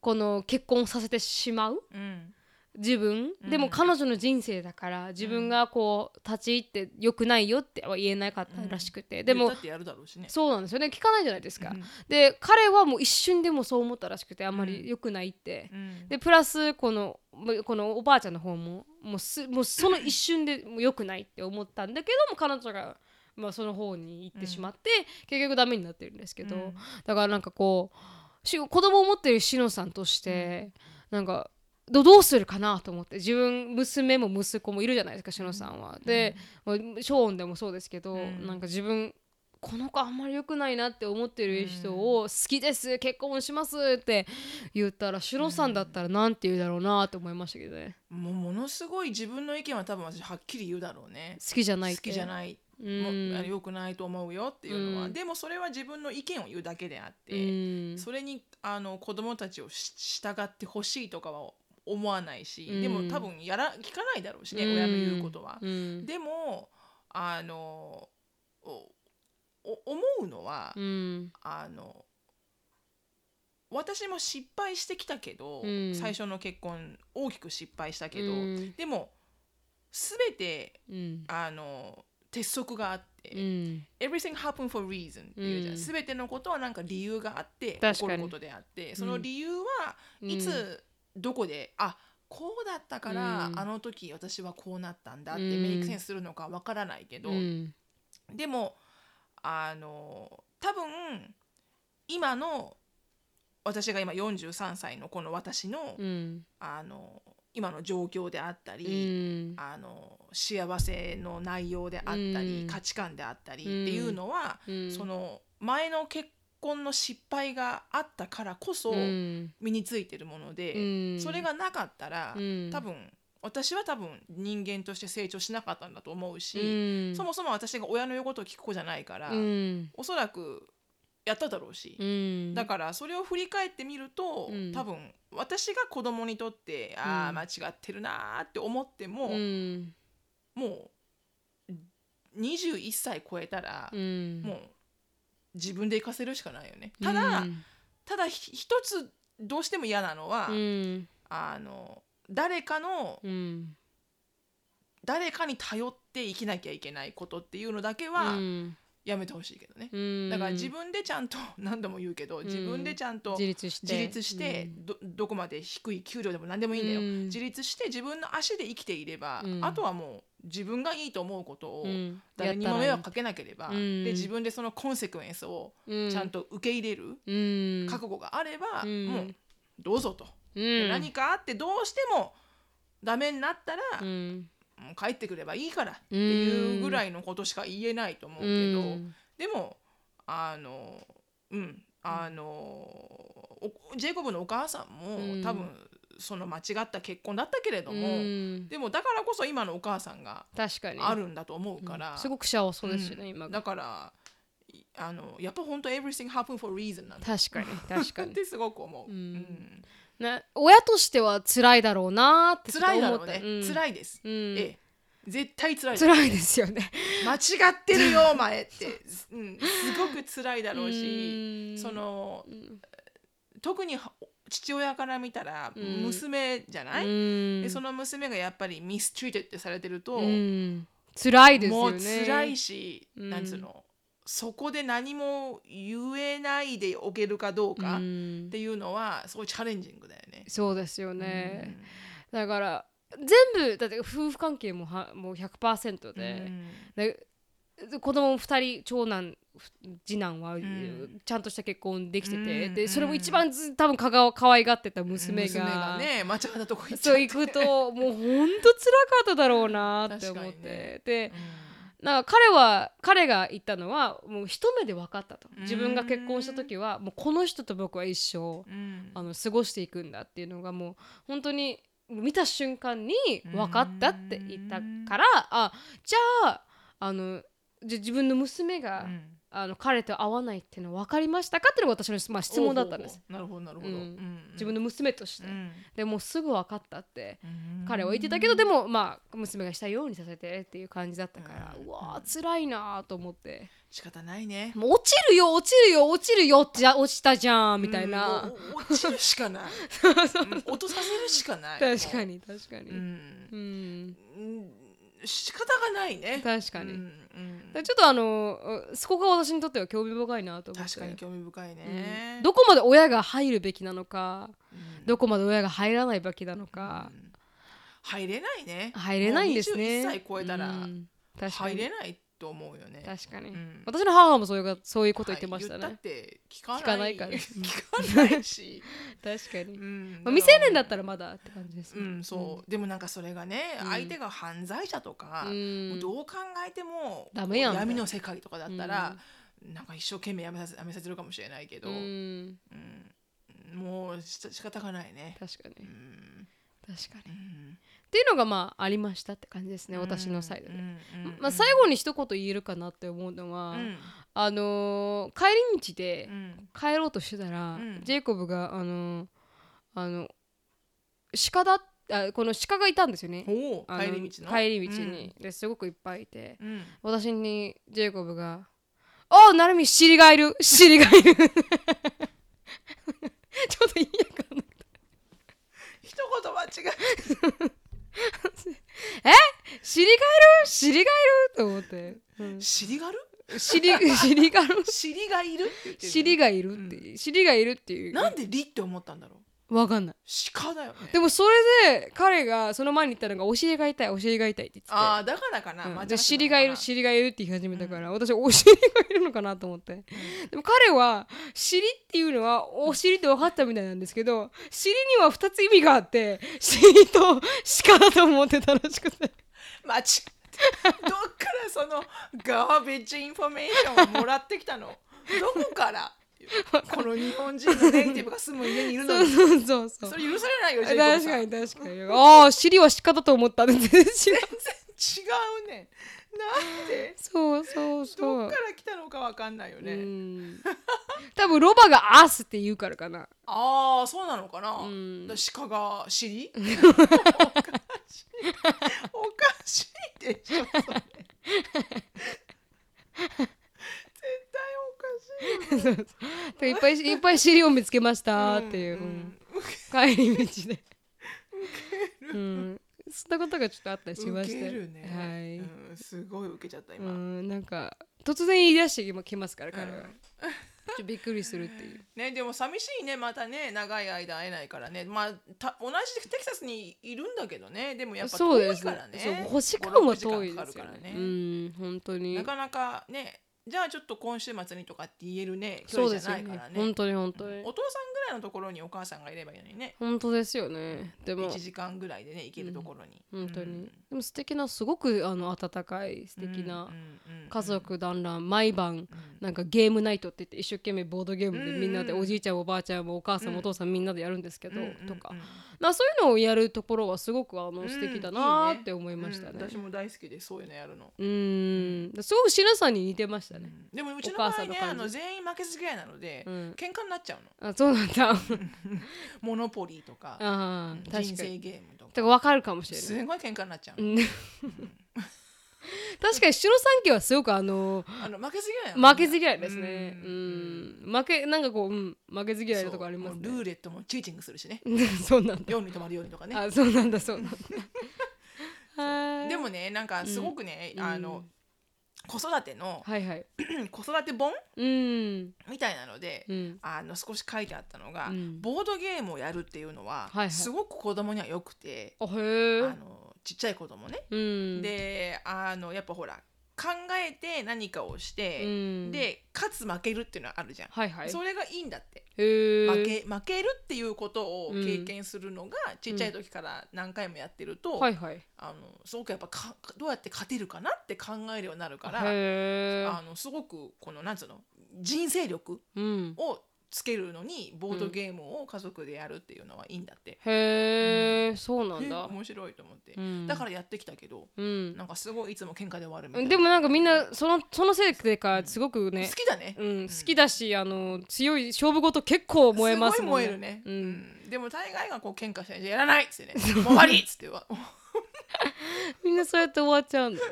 S1: この結婚させてしまう
S2: うん
S1: 自分、
S2: うん
S1: でも彼女の人生だから自分がこう立ち入って良くないよっては言えなかったらしくて、で
S2: 言
S1: も
S2: ったってやるだろうしね
S1: そうなんですよね聞かないじゃないですか、
S2: うん
S1: で彼はもう一瞬でもそう思ったらしくてあんま
S2: うん
S1: り良くないって、
S2: うん
S1: でプラスこのもこのおばあちゃんの方ももうすもうその一瞬でもう良くないって思ったんだけども彼女が、まあ、その方に行ってしまって、結局ダメになってるんですけど、
S2: うん
S1: だからなんかこうし子供を持ってるしのさんとして、なんかどどうするかなと思って自分娘も息子もいるじゃないですかしのさんは。で、まあショーンでもそうですけど、
S2: うん
S1: なんか自分この子あんまり良くないなって思ってる人を好きです結婚しますって言ったらシュノさんだったらなんて言うだろうなって思いましたけどね
S2: もうものすごい自分の意見は多分私はっきり言うだろうね
S1: 好きじゃない
S2: 好
S1: って
S2: きじゃないも
S1: うん
S2: あの良くないと思うよっていうの
S1: う
S2: は
S1: ん
S2: でもそれは自分の意見を言うだけであっ
S1: う
S2: て
S1: ん
S2: それにあの子供たちをし従ってほしいとかは思わないし、
S1: うん
S2: でも多分やら聞かないだろうしね、
S1: うん
S2: 親の言うことは。
S1: うん
S2: でもあのおお思うのは、
S1: うん
S2: あの私も失敗してきたけど、
S1: うん
S2: 最初の結婚大きく失敗したけど、
S1: うん
S2: でも全て
S1: うん
S2: あの鉄則があって、
S1: うん、
S2: everything happen for reason っていうじゃん、
S1: うん
S2: 全てのことはなんか理由があって
S1: 確
S2: 起こ
S1: かに
S2: ることであってその理由は
S1: うん
S2: いつ、どこであこうだったから、
S1: うん
S2: あの時私はこうなったんだって
S1: うん
S2: メイクセンスするのかわからないけど、
S1: うん
S2: でもあの多分今の私が今43歳のこの私の,、
S1: うん
S2: あの今の状況であった
S1: う
S2: り、
S1: ん
S2: あの幸せの内容であったり、
S1: うん
S2: 価値観であったりっていうのは、
S1: うん
S2: その前の結婚の失敗があったからこそ
S1: うん
S2: 身についてるもので、
S1: うん
S2: それがなかったら、
S1: うん
S2: 多分私は多分人間として成長しなかったんだと思う
S1: う
S2: し、
S1: ん
S2: そもそも私が親の言うことを聞く子じゃないから、
S1: うん
S2: おそらくやっただろうし、
S1: うん
S2: だからそれを振り返ってみると、
S1: うん
S2: 多分私が子供にとって、ああ
S1: うん
S2: 間違ってるなーって思っても、
S1: うん
S2: もう21歳超えたら、
S1: うん
S2: もう自分で行かせるしかないよね。
S1: うん
S2: ただ、ただひ一つどうしても嫌なのは、
S1: うん
S2: あの誰かの
S1: うん
S2: 誰かに頼って生きなきゃいけないことっていうのだけは
S1: うん
S2: やめてほしいけどね。
S1: うん
S2: だから自分でちゃんと 何度も言うけど、
S1: ん
S2: 自分でちゃんと
S1: 自立して
S2: 自立して、どどこまで低い給料でも何でもいいんだよ、
S1: うん
S2: 自立して自分の足で生きていれば、
S1: うん
S2: あとはもう自分がいいと思うことを、
S1: うんうん
S2: 誰にも迷惑かけなければ、
S1: うん
S2: で自分でそのコンセクエンスを
S1: うん
S2: ちゃんと受け入れる
S1: うん
S2: 覚悟があれば、
S1: うん
S2: もうどうぞと、
S1: うん
S2: 何かあってどうしてもダメになったら、
S1: うん
S2: もう帰ってくればいいからっていうぐらいのことしか言えないと思うけど、
S1: うん
S2: でもあのうんあのおジェイコブのお母さんも、
S1: うん
S2: 多分その間違った結婚だったけれども、
S1: うん
S2: でもだからこそ今のお母さんが
S1: 確かに
S2: あるんだと思うから、
S1: すごく幸せですよね、
S2: うん
S1: 今が
S2: だからいあのやっぱ本当 everything happen for reason なんだ
S1: 確かに確か
S2: っ
S1: に
S2: てすごく思う、
S1: うん
S2: うん
S1: な親としては辛いだろうなーって
S2: 辛いだろうね、
S1: うん、い、
S2: 辛いです、
S1: うん
S2: ええ絶対辛いです
S1: 辛いですよね
S2: 間違ってる よお前って、うん、すごく辛いだろうし、
S1: うん
S2: その
S1: うん
S2: 特には父親から見たら
S1: うん
S2: 娘じゃない、
S1: うん
S2: でその娘がやっぱりミストリートってされてると、
S1: うん辛いです
S2: も
S1: よ
S2: う
S1: ね
S2: 辛いし、
S1: うん
S2: なんつうのそこで何も言えないでおけるかどうか
S1: う
S2: っ
S1: ん
S2: ていうのはすごいチャレンジングだよね。
S1: そうですよね、だから全部だって夫婦関係もはもう100%
S2: うん
S1: で,、で子供も2人長男ふ次男は、
S2: ん
S1: ちゃんとした結婚できてて、
S2: うん
S1: でそれも一番ず多分かが可愛がってた娘が
S2: ね間違ったとこ行っちゃ
S1: そうう行くともうほんと辛かっただろうなって思っ
S2: 確か
S1: て、
S2: にね
S1: でなんか彼は彼が言ったのはもう一目で分かったと
S2: うん
S1: 自分が結婚した時はもうこの人と僕は一生
S2: うん
S1: あの過ごしていくんだっていうのがもう本当に見た瞬間に分かったって言ったからあじゃああのじゃ自分の娘が、
S2: うん
S1: あの彼と会わないっていうの分かりましたかっていうのが私の、まあ、質問だったんです。
S2: おうおうおうなるほどなるほど。
S1: うん
S2: うん
S1: 自分の娘として、でもうすぐ分かったって
S2: うん
S1: 彼は言ってたけどでもまあ娘がしたいようにさせてっていう感じだったから、
S2: う
S1: うんわー辛いなーと思って
S2: 仕方ないね。
S1: もう落ちるよ落ちるよ落ちるよってじゃ落ちたじゃんみたいな、
S2: うん。おお落ちるしかない。うん落とさせるしかない。
S1: 確かに確かに
S2: う
S1: うん、
S2: ん。 うん仕方がないね。
S1: 確かに、
S2: うん
S1: だ
S2: うん
S1: からちょっとあのうそこが私にとっては興味深いなと思って
S2: 確かに興味深い
S1: うん
S2: ね。
S1: どこまで親が入るべきなのか
S2: うん
S1: どこまで親が入らないべきなのか、
S2: 入れないね。
S1: 入れないんですね
S2: もう21歳超えたら
S1: うん確か
S2: 入
S1: に
S2: れないと思うよね。
S1: 確かに、
S2: うん
S1: 私の母もそういうそういうこと言ってましたね、
S2: はい言ったって聞かない
S1: 聞かないから
S2: 聞かないし、
S1: 確かに
S2: うん
S1: まあ、未成年だったらまだって感じです
S2: う
S1: ね
S2: んそう、でもなんかそれがね、
S1: うん
S2: 相手が犯罪者とか、
S1: うん
S2: もうどう考えても
S1: ダメやん
S2: 闇の世界とかだったら、なんか一生懸命やめさせやめさせるかもしれないけど、
S1: う
S2: うん
S1: ん
S2: もうし仕方がないね。
S1: 確かに
S2: うん
S1: 確か
S2: う
S1: にっ
S2: ん
S1: ていうのがまあありましたって感じですね私のサイドで、
S2: うんうん
S1: まあ、最後に一言言えるかなって思うのは、
S2: うん
S1: あのー帰り道で
S2: うん
S1: 帰ろうとしてたら、
S2: うん
S1: ジェイコブがあのーあの鹿だあこの鹿がいたんですよね
S2: おお
S1: あの
S2: 帰り道の
S1: 帰り道に、ですごくいっぱいいて
S2: うん、うん
S1: 私にジェイコブが「おおなるみ尻がいる尻がいる」ちょ っと意味わかんない
S2: 一言間違
S1: 尻がいる尻がいると思って、う ん
S2: え尻がる
S1: 尻 尻がいる
S2: 尻がいるって言ってる
S1: 尻がいるっていう、尻がいるっていう
S2: なんで「り」って思ったんだろう
S1: わかんない
S2: 鹿だよね
S1: でもそれで彼がその前に言ったのがお尻が痛いお尻が痛いって言ってて
S2: ああだからかな、
S1: う
S2: 間
S1: ん
S2: 違ってたのか
S1: で
S2: な
S1: 尻がいる尻がいるって言い始めたから、私お尻がいるのかなと思って、でも彼は尻っていうのはお尻って分かったみたいなんですけど尻には2つ意味があって尻と鹿だと思ってたらしくて
S2: 間違ってどっからそのガーベッジインフォメーションをもらってきた のどこからこの日本人のネイティブが住む家にいるの
S1: そう
S2: に
S1: そうそうそう
S2: それ許されないよジェイコブ
S1: 確
S2: さ
S1: か
S2: ん
S1: に確かにああ尻は鹿だと思ったって全然違う
S2: 全然違うねなんで
S1: そうそうそう
S2: どっから来たのかわかんないよね、
S1: うん多分ロバが「アス」って言うからかな
S2: ああそうなのかな、
S1: うん
S2: だから鹿が 尻おかしいおかしいでしょそれ絶対おかしい
S1: いっぱいいっぱい尻を見つけましたってい
S2: ん
S1: う、うん帰り道で、うん、そんなことがちょっとあったりしました
S2: ウケるね、
S1: はい、
S2: うん、すごい受けちゃった
S1: う
S2: 今、
S1: ん、なんか突然言い出してきますから彼は、
S2: うん
S1: ちょっとびっくりするっていう
S2: ねでも寂しいねまたね長い間会えないからねまあた同じテキサスにいるんだけどねでも やっぱ
S1: そう
S2: 遠
S1: で
S2: い
S1: す
S2: からね
S1: そう星間は遠い
S2: 5-6
S1: で
S2: 時間かかる
S1: すよ
S2: からね
S1: ねうん本当に
S2: なかなかねじゃあちょっと今週末にとかって言えるね距
S1: そう
S2: 離
S1: で
S2: じ
S1: す
S2: ゃ
S1: よ
S2: ないか
S1: ね
S2: らね
S1: 本当に本当に、
S2: お父さんぐらいのところにお母さんがいればいいのにね
S1: 本当ですよねでも
S2: 1時間ぐらいでね行けるところに、
S1: 本当に、
S2: うん
S1: でも素敵なすごくあの温かい素敵な
S2: うんうんうん
S1: 家族団らん毎晩なんかゲームナイトって言って一生懸命ボードゲームでみんなで
S2: うんうん
S1: おじいちゃんおばあちゃんもお母さんもお父さんみんなでやるんですけ
S2: うん
S1: ど
S2: うんうん
S1: とか
S2: うん
S1: まあそういうのをやるところはすごくあ
S2: う
S1: の
S2: ん
S1: 素敵だ
S2: い
S1: ないー
S2: ね
S1: って思いましたね
S2: うん私も大好きでそういうのやるの、
S1: うーんすごくシナさんに似てましたね
S2: でもうちの
S1: お
S2: 場
S1: 母
S2: 合
S1: さんの
S2: ね
S1: 感
S2: あ
S1: じ
S2: の全員負けず嫌いなので、
S1: うん
S2: 喧嘩になっちゃうの
S1: あそうなんだ
S2: モノポリーとか
S1: あー
S2: 人
S1: 確か
S2: 生
S1: に
S2: ゲームとか
S1: だから分かるかもしれない
S2: すごい喧嘩になっちゃう
S1: う
S2: の、
S1: ん 確かに白三家はすごくあの
S2: あの負けず嫌いなの
S1: 負けず嫌いですね。う
S2: うん
S1: ん、負けなんかこう、うん、負けず嫌いなとこあります
S2: そう
S1: ね
S2: もう。ルーレットもチーティングするしね
S1: そうなんだ。
S2: 4に止まるようにとかね
S1: あ、そうなんだ、そ うなんだ。はい。
S2: で、もねなんかすごくね、
S1: うん
S2: あの子育ての、
S1: はいはい。
S2: 子育て本
S1: うん、
S2: みたいなので、
S1: うん、
S2: あの少し書いてあったのが、
S1: うん
S2: ボードゲームをやるっていうのは、
S1: はいはい
S2: すごく子供には良くて、
S1: あ、へ
S2: あ
S1: え。
S2: のちっちゃい子供ね、
S1: うん、、
S2: であのやっぱほら考えて何かをし
S1: う
S2: て、
S1: ん、、
S2: で勝つ負けるっていうのはあるじゃん、
S1: はいはい。
S2: それがいいんだって
S1: へえ。
S2: 負け負けるっていうことを
S1: うん
S2: 経験するのが、ちっちゃい時から何回もやってると、
S1: はいはい。へ
S2: あのすごくやっぱかどうやって勝てるかなって考えるようになるから、
S1: え。
S2: あのすごくこのなんつうの人生力
S1: うん。
S2: をつけるのにボードゲームを家族でやるっていうのはいいんだって、
S1: へえ、そうなん
S2: え
S1: だ。
S2: 面白いと思って、
S1: うん
S2: だからやってきたけど
S1: うん。
S2: なんかすごいいつも喧嘩で終わるみたいな
S1: でもなんかみんなそのそのせいでかすごくね
S2: 好、きだね、
S1: うん、好きだしあの強い勝負ごと結構燃えます
S2: す
S1: も
S2: ご
S1: ん
S2: い燃
S1: ね。
S2: えるね、
S1: う
S2: うんんでも大概がこう喧嘩して「じゃあやらない!」っつってね「もう終わり!」っつってわ
S1: みんなそうやって終わっち ゃうんだ。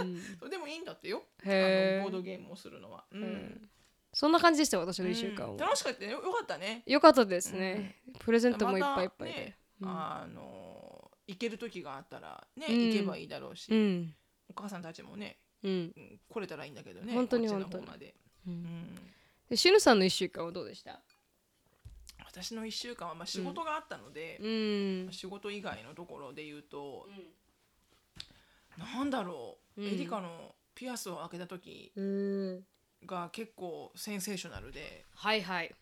S1: うん。
S2: でもいいんだってよあ
S1: へ
S2: のボード
S1: え。
S2: ゲームをするのは、うん
S1: そんな感じでした私の
S2: うん
S1: 1週間は。
S2: 楽しかったよよかったね
S1: よかったですね。プレゼントもいっぱいいっぱい
S2: またね
S1: で。うん
S2: あの行ける時があったらね、
S1: うん
S2: 行けばいいだろうし、
S1: うん。
S2: お母さんたちもね
S1: うん。
S2: うん来れたらいいんだけどね
S1: 本当に
S2: こっちの
S1: 本当に
S2: 方まで、
S1: う
S2: うんん、
S1: でしぬさんの1週間はどうでした
S2: 私の1週間はまあ仕事があったので
S1: う、ん。
S2: 仕事以外のところで言うと、なんだろう、
S1: うん
S2: エリカのピアスを開けた時
S1: うん。
S2: が結構センセーショナルで
S1: はいはい。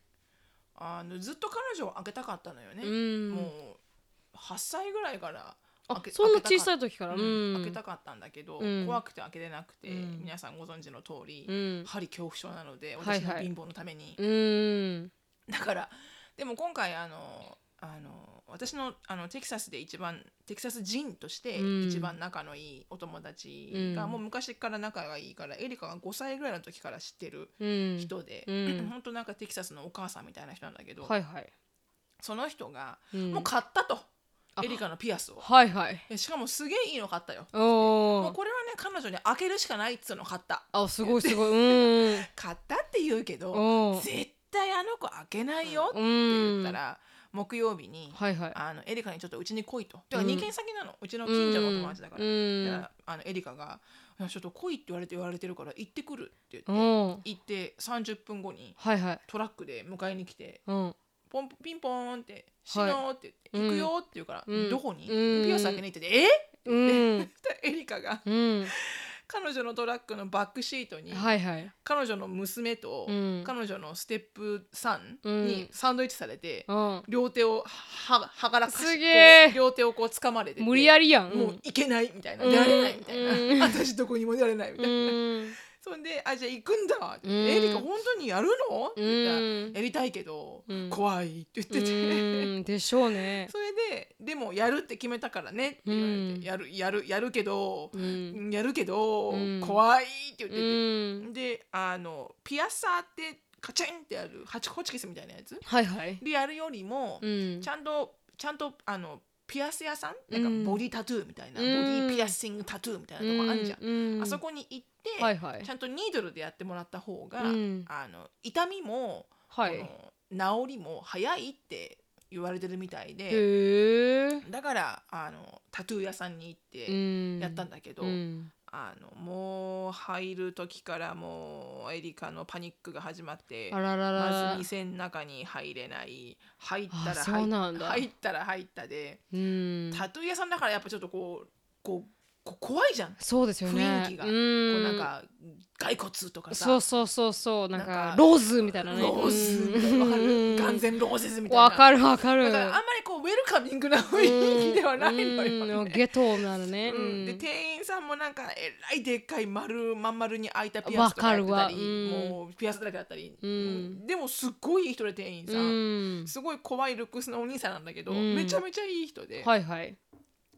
S2: あのずっと彼女を開けたかったのよね、
S1: うん
S2: もう8歳ぐらいから
S1: あ
S2: 開け
S1: そんな
S2: 開けたか
S1: 小さい時から。う
S2: うん開け
S1: ん。
S2: たかったんだけど、
S1: うん
S2: 怖くて開けれなくて、
S1: うん
S2: 皆さんご存知の通り、
S1: うん。
S2: 針恐怖症なので
S1: はいはい
S2: 私の貧乏のために、
S1: うん。
S2: だからでも今回あのあの私のあのテキサスで一番テキサス人として
S1: うん
S2: 一番仲のいいお友達が、
S1: うん
S2: もう昔から仲がいいからエリカが5歳ぐらいの時から知ってる
S1: うん。
S2: 人で、
S1: う
S2: ほ
S1: ん
S2: んとなんかテキサスのお母さんみたいな人なんだけど、
S1: はいはい。
S2: その人が
S1: うん
S2: もう買ったと、
S1: あ
S2: エリカのピアスを
S1: はいはい
S2: でしかもすげえいいの買ったよ
S1: お
S2: もう
S1: お
S2: これはね彼女に開けるしかないっつうの買った
S1: あすごいすごいうん
S2: 買ったって言うけど
S1: おー
S2: 絶対あの子開けないよって
S1: う
S2: 言っ
S1: ん
S2: たら木曜日に
S1: はいはい
S2: あのエリカにちょっとうちに来いと。てか
S1: うん
S2: 二軒先なの、うちの近所のお友達だから。
S1: う
S2: だか
S1: ん
S2: らあのエリカがあ「ちょっと来い」って言われて言われてるから行ってくるって言
S1: う
S2: って
S1: ん
S2: 行って30分後に
S1: はいはい
S2: トラックで迎えに来て
S1: うん
S2: ポンピンポーンって「死のう」って言って「
S1: うん
S2: 行くよ」って言うから「
S1: うん
S2: どこに?」
S1: うん
S2: ピアス開けに行ってて「えっ?」
S1: うん
S2: てエリカが
S1: うん
S2: 彼女のトラックのバックシートに
S1: はいはい
S2: 彼女の娘と
S1: うん
S2: 彼女のステップさん
S1: う
S2: に
S1: ん
S2: サンドイッチされて
S1: うん
S2: 両手をははがらかし
S1: す
S2: て
S1: げえ
S2: こう両手をこう掴まれてて
S1: 無理やりやん
S2: もう行けないみたいな、
S1: うん
S2: 出られないみた
S1: う
S2: い
S1: ん
S2: な、 私どこにも出られないみた
S1: う
S2: いな、
S1: ん
S2: そんで「あじゃあ行くんだ」って「
S1: うん
S2: エリカ本当にやるの?」って
S1: う
S2: 言ったら
S1: ん
S2: やりたいけど、
S1: うん
S2: 怖い」って言ってて、
S1: うんでしょうね
S2: それで「でもやるって決めたからね」って言われて「
S1: うん
S2: やるやるやるけど、
S1: うん
S2: やるけど、
S1: うん
S2: 怖い」って言っ
S1: う
S2: てて、
S1: ん
S2: であのピアサーってカチンってやるハチホチキスみたいなやつ
S1: はいはい
S2: でやるよりも、
S1: うん
S2: ちゃんとちゃんとあのピアス屋さんな
S1: うんん
S2: かボディタトゥーみたいな、
S1: うん
S2: ボディピアッシングタトゥーみたいなとこあるじゃん、
S1: うん
S2: あそこに行って、
S1: はいはい
S2: ちゃんとニードルでやってもらった方が、
S1: うん
S2: あの痛みも、
S1: はいへ
S2: この治りも早いって言われてるみたいで、
S1: え
S2: だからあのタトゥー屋さんに行ってやったん
S1: だ
S2: だけど、あのもう入る時からもうエリカのパニックが始まって
S1: あ。ららら
S2: ま
S1: ら
S2: ず店の中に入れない入ったら
S1: あそう
S2: 入
S1: なん
S2: っ
S1: だ
S2: 入ったら入ったで
S1: うん
S2: タトゥー屋さんだからやっぱちょっとこうこうこう怖いじゃん、こ
S1: そうですよね
S2: 雰囲気が
S1: う
S2: うんなんか骸骨とかさ
S1: そうそうそうそうなん
S2: なん
S1: か
S2: か
S1: ローズみたいなね
S2: ロースみたいなわかる完全ローゼズみたいな
S1: わかるわか
S2: だ
S1: る
S2: からあんまりこうウェルカミングな雰囲気ではないの
S1: う
S2: よ
S1: ん
S2: ね、
S1: ゲトーなのね
S2: う、
S1: うん
S2: で
S1: ん
S2: 店員さんもなんかえらいでっかい丸まん丸に開いたピアスとかやって
S1: わ
S2: た
S1: かる
S2: り、
S1: わうん
S2: もうピアスだらけだったり、
S1: うん
S2: でもすっごいいい人で店員さん、
S1: うん
S2: すごい怖いルックスのお兄さんなんだけど、
S1: うん
S2: めちゃめちゃいい人で、
S1: はいはい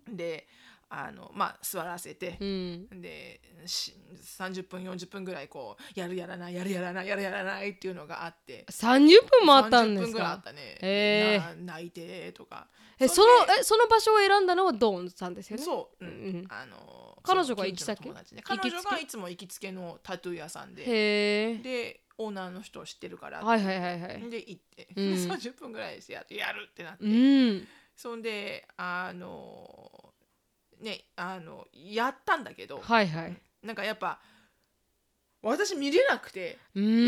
S2: であのまあ座らせて
S1: う、ん
S2: でし30分40分ぐらいこうやるやらないやるやらないやるやらないっていうのがあって
S1: 30分もあったんで
S2: 30
S1: す
S2: 分ぐらいあ
S1: か
S2: ったね、
S1: へー
S2: な泣いてとか
S1: え
S2: そ
S1: そ
S2: ん
S1: の
S2: で
S1: えその場所を選んだのはドーンさんですよね
S2: そう、う
S1: うんん
S2: あの
S1: 彼女
S2: そ
S1: が
S2: の
S1: 行き先
S2: 近所の友達ね
S1: 行き
S2: 彼
S1: つけ
S2: 女がいつも行きつけのタトゥー屋さんで
S1: へえ
S2: でオーナーの人を知ってるから、
S1: はいはいはいはい
S2: で行って、
S1: うん
S2: 30分ぐらいしてやってやるってなって、
S1: うん
S2: そんであのねあのやったんだけど
S1: はいはい
S2: なんかやっぱ私見れなくて
S1: うん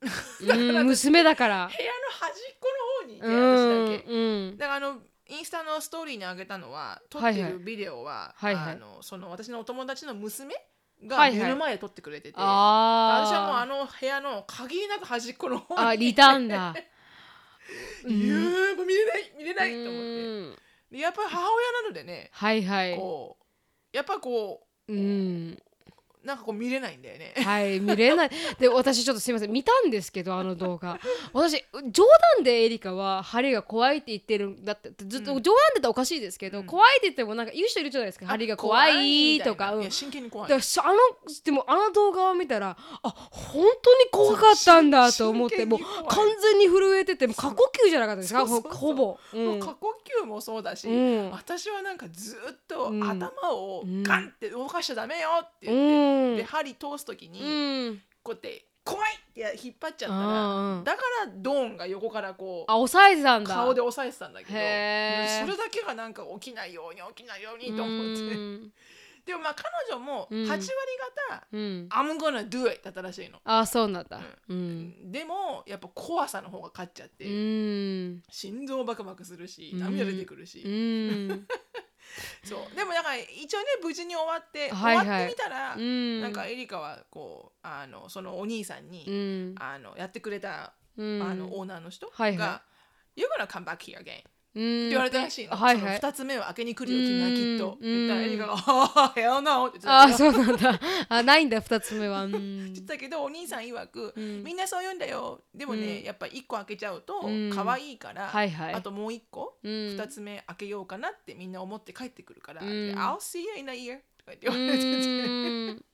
S2: だから
S1: うん娘だから
S2: 部屋の端っこの方にいて
S1: う
S2: 私
S1: ん
S2: だけ。
S1: うん
S2: だからあのインスタのストーリーに上げたのは撮っ
S1: はい
S2: て
S1: はい
S2: るビデオは、
S1: はいはい
S2: あのその私のお友達の娘が
S1: はいはい
S2: 目の前で撮ってくれてて、
S1: あー
S2: 私はもうあの部屋の限りなく端っこの方
S1: あ
S2: に
S1: リ ターンだ
S2: いやーもう見れない見れないと思って
S1: うん
S2: でやっぱり母親なのでね
S1: はいはい
S2: こうやっぱこ
S1: うん
S2: うなんかこう見れないんだよね。
S1: はい見れないで私ちょっとすみません見たんですけどあの動画私冗談でエリカは針が怖いって言ってるんだってずっと、
S2: うん
S1: 冗談だったらおかしいですけど、
S2: うん
S1: 怖いって言ってもなんか言う人いるじゃないですか針が怖いとか
S2: 怖いみたいな
S1: うん
S2: いや真剣に怖い
S1: だからしあのでもあの動画を見たらあ本当に怖かったんだと思って
S2: 真
S1: も
S2: 剣に
S1: う
S2: 怖い
S1: 完全に震えててもう過呼吸じゃなかったです
S2: そ
S1: か
S2: うそう
S1: ほ
S2: そう
S1: ほぼ、う
S2: もうん過呼吸もそうだし、
S1: うん
S2: 私はなんかずっと
S1: うん
S2: 頭を
S1: うん
S2: ガンって動かしちゃダメよって言って、
S1: うん
S2: で針通す時に、
S1: うん
S2: こうやって「怖い!」って引っ張っちゃったら
S1: あー
S2: だからドーンが横からこ
S1: あ
S2: う
S1: 抑えてたんだ
S2: 顔で押さえてたんだけどそ
S1: へー
S2: れだけがなんか起きないように起きないようにと思って
S1: うん
S2: でもまあ彼女も
S1: うん
S2: 8割方
S1: うん
S2: 「I'm gonna do it」だったらしいの。
S1: あそうなんだうん
S2: でもやっぱ怖さの方が勝っちゃっ
S1: う
S2: て、
S1: ん
S2: 心臓バクバクするし
S1: うん
S2: 涙出てくるし、
S1: うん
S2: そうでもだから一応ね無事に終わって、
S1: はいはい
S2: 終わってみたら、
S1: う ん
S2: なんかエリカはこうあのそのお兄さんに、
S1: うん
S2: あのやってくれた
S1: うん
S2: あのオーナーの人が「
S1: はいは
S2: You're gonna come back here again」って
S1: うん
S2: 言われたらしいの、
S1: はいはい
S2: その2つ目を開けに来るよ君はきっと、
S1: う
S2: 言
S1: ん
S2: ったらエリカが「 ああ hell no」って言ってた
S1: あ
S2: けど
S1: そうなんだあないんだ二つ 目はうん
S2: 言ってたけどお兄さん曰く、
S1: うん
S2: みんなそう言うんだよでもね、
S1: うん
S2: やっぱ1個開けちゃうと
S1: うん
S2: 可愛いから、
S1: はいはい
S2: あともう1個
S1: 二
S2: 2つ目開けようかなってみんな思って帰ってくるから「
S1: うん
S2: I'll see you in a year」とか言って
S1: う
S2: 言 われてて、
S1: ん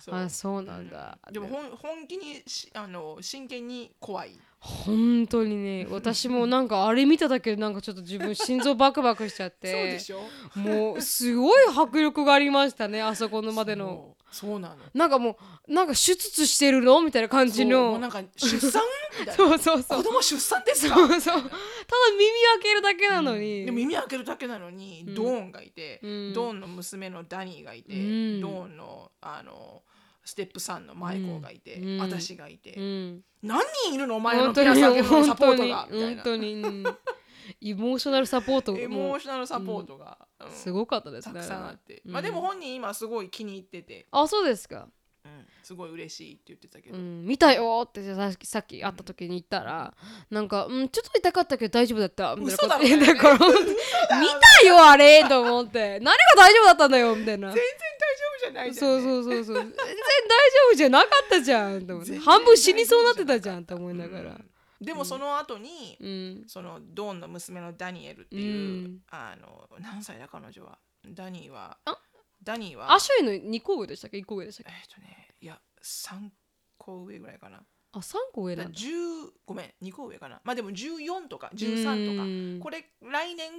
S2: そう
S1: あそうなんだ
S2: でも本本気にしあの真剣に怖い
S1: 本当 にね私もなんかあれ見ただけでなんかちょっと自分心臓バクバクしちゃっ
S2: そうで
S1: て
S2: しょ
S1: もうすごい迫力がありましたねあそこのまでの
S2: そうそうなの
S1: なんかもうなんか手術してるのみたいな感じ
S2: そうもう
S1: の
S2: なんか出産みたいな
S1: そうそうそう
S2: 子供出産ですか
S1: そうそうただ耳開けるだけなのに、
S2: で耳開けるだけなのに、
S1: うん
S2: ドーンがいて、
S1: うん
S2: ドーンの娘のダニーがいて、
S1: うん
S2: ドーンのあのステップさんのマイコーがいて、
S1: うん
S2: 私がいて、
S1: うん、
S2: 何人いるのお前の
S1: 本
S2: ピ
S1: 当
S2: アス
S1: に
S2: 開けるののサ
S1: 本
S2: ポ
S1: 当
S2: ート
S1: に
S2: がみたい
S1: 本
S2: な
S1: 当に、うん、エモーショナルサポート
S2: エ
S1: も
S2: モーショナルサポートが、うん
S1: すごかったです
S2: た
S1: ね
S2: くさんあって、
S1: うん
S2: まあでも本人今すごい気に入ってて、
S1: あそうですか、
S2: うんすごい嬉しいって言ってたけど、
S1: うん、見たよってさっきさっき会った時に言ったらなんか、うん、ちょっと痛かったけど大丈夫だったみたいなこと
S2: 嘘だろうね
S1: だから本当に見たよあれと思って何が大丈夫だったんだよみたいな
S2: 大丈夫じゃないじゃん、ね、
S1: そうそうそうそう全然大丈夫じゃなかったじゃんと思って
S2: 全然
S1: 半分死にそうになってたじゃんと思いながら
S2: うんでもその後に、
S1: うん
S2: そのドーンの娘のダニエルっていう、
S1: うん
S2: あの何歳だ彼女はダニーは
S1: あ
S2: ダニーは
S1: アシュリーの2個上でしたっけ1個上でしたっ
S2: え
S1: け
S2: っとねいや3個上ぐらいかな
S1: あ3個上なんだ
S2: 10ごめん2個上かなまあでも14とか13と
S1: うん
S2: かこれ来年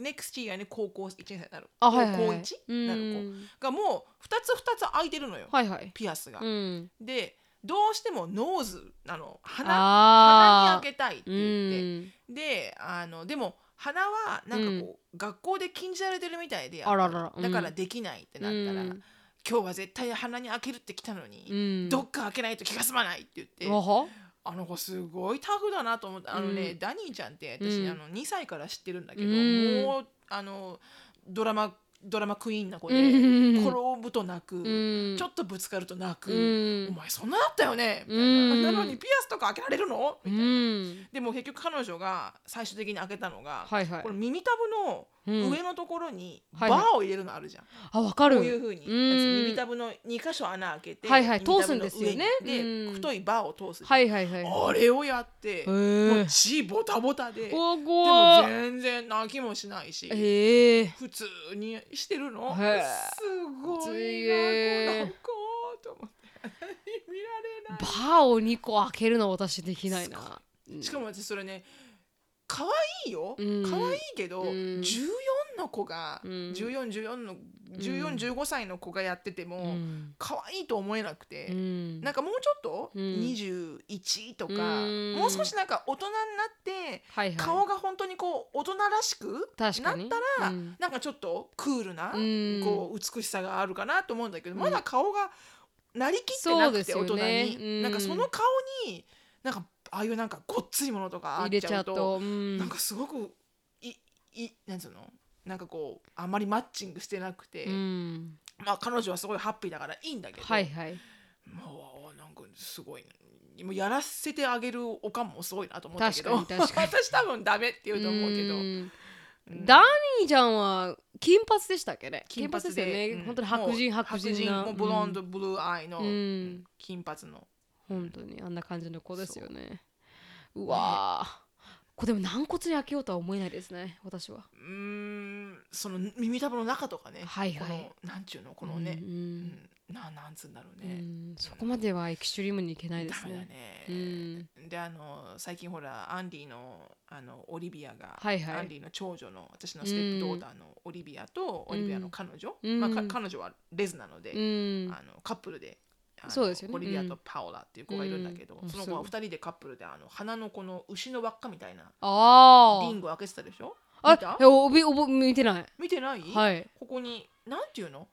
S2: next year ね高校1年生になる
S1: あはいはい
S2: 高
S1: は
S2: 校
S1: い
S2: 1
S1: う
S2: なる子
S1: ん
S2: がもう2つ2つ空いてるのよ、
S1: はいはい
S2: ピアスが、
S1: うん
S2: でどうしてもノーズなの鼻鼻
S1: あ
S2: に開けたいって言
S1: ー
S2: って、
S1: うん
S2: であのでも花はなんかこう、学校で禁じられてるみたいで
S1: あらららうん
S2: だからできないってなったら、
S1: うん
S2: 今日は絶対花に開けるって来たのに、
S1: うん
S2: どっか開けないと気が済まないって言って、
S1: あは
S2: あの子すごいタフだなと思ったあのね、
S1: うん
S2: ダニーちゃんって私、
S1: うん
S2: あの2歳から知ってるんだけど、
S1: うん
S2: もうあのドラマドラマクイーンな子
S1: う
S2: で、
S1: ん
S2: 転ぶと泣く、
S1: うん
S2: ちょっとぶつかると泣く、
S1: うん
S2: お前そんなだったよねみたいな、
S1: うん
S2: なのにピアスとか開けられるの
S1: う
S2: みたいな。
S1: ん
S2: でも結局彼女が最終的に開けたのが、
S1: はいはい
S2: この耳たぶ
S1: う
S2: の
S1: ん
S2: 上のところに
S1: は
S2: バ
S1: いはい
S2: ーを入れるのあるじゃん、
S1: あわかる
S2: こういうふうに
S1: うん
S2: 耳たぶの2箇所穴開けて、
S1: はいはい
S2: 耳たぶの
S1: 通すんですよね
S2: 上にで、
S1: うん
S2: 太いバーを通す、
S1: はいはいはいへ
S2: あれをやって、も
S1: え
S2: う血ボタボタででも
S1: お怖っ
S2: 全然泣きもしないし、
S1: へえ
S2: 普通にしてるの、
S1: へえ
S2: すご
S1: す
S2: い
S1: げ
S2: な
S1: え
S2: この子と思って何見られ
S1: バーを2個開けるの私できないな
S2: ないしかも私それね可愛いよ、
S1: うん
S2: 可愛いけど、
S1: うん
S2: 14の子が、
S1: うん
S2: 1414の1415歳の子がやってても、
S1: うん
S2: 可愛いと思えなくて、
S1: うん
S2: なんかもうちょっと、
S1: うん
S2: 21とか、
S1: うん
S2: もう少しなんか大人になって、
S1: はいはい
S2: 顔が本当にこう大人らしく
S1: 確か
S2: な
S1: に
S2: ったら、
S1: うん
S2: なんかちょっとクールな、
S1: うん
S2: こう美しさがあるかなと思うんだけど、まだ顔がなりきって
S1: そ
S2: な
S1: うで
S2: く
S1: す
S2: て、
S1: よ
S2: 大人
S1: ね
S2: に、
S1: うん
S2: なんかその顔になんかああいうなんかごっついものとかあ
S1: 入
S2: っ
S1: れ
S2: ち
S1: ち
S2: ゃ
S1: ゃ
S2: う
S1: う
S2: と
S1: とうん
S2: なんかすごくいいなんつうのなんかこうあんまりマッチングしてなくて、
S1: うん
S2: まあ彼女はすごいハッピーだからいいんだけど、
S1: はいはい
S2: もうなんかすごいもうやらせてあげるおかんもすごいなと思ったけど
S1: 確かに確かに
S2: 私多分ダメって言うと思うけど、
S1: ん
S2: うん
S1: ダニーちゃんは金髪でしたっけね
S2: 金髪で
S1: ですよね、
S2: うん
S1: 本当に白人
S2: もう
S1: 白人な
S2: もうブロンド、ブルーアイの、
S1: うん
S2: うん金髪の
S1: うん本当にあんな感じの子ですよねうわーこれでも軟骨に開けようとは思えないですね私は
S2: うーんその耳たぶの中とかね、
S1: はいはい
S2: このなんちゅうのこのね
S1: う、ん
S2: うんななんつうんだろう
S1: うん
S2: ね、
S1: うんそこまではエクストリームにいけないで
S2: ダ
S1: す
S2: メだ
S1: ね
S2: ね、
S1: うん
S2: であの最近ほらアンディのあのオリビアが、
S1: はいはい
S2: アンディの長女の私のステップドーターのオリビアと、
S1: う
S2: オ
S1: ん
S2: リビアの彼女、
S1: うん
S2: まあ、か彼女はレズなので、
S1: うん
S2: あのカップルで。あの
S1: そうですよね
S2: オリビアとパオラっていう子がいるんだけど、
S1: うん
S2: その子は
S1: うん
S2: 2人でカップルであの鼻のこの牛の輪っかみたいな
S1: あ
S2: リ
S1: ー
S2: ングを開けてたでしょ見た
S1: あえおびおぼ見てない
S2: 見てない、
S1: はい
S2: ここになんていうの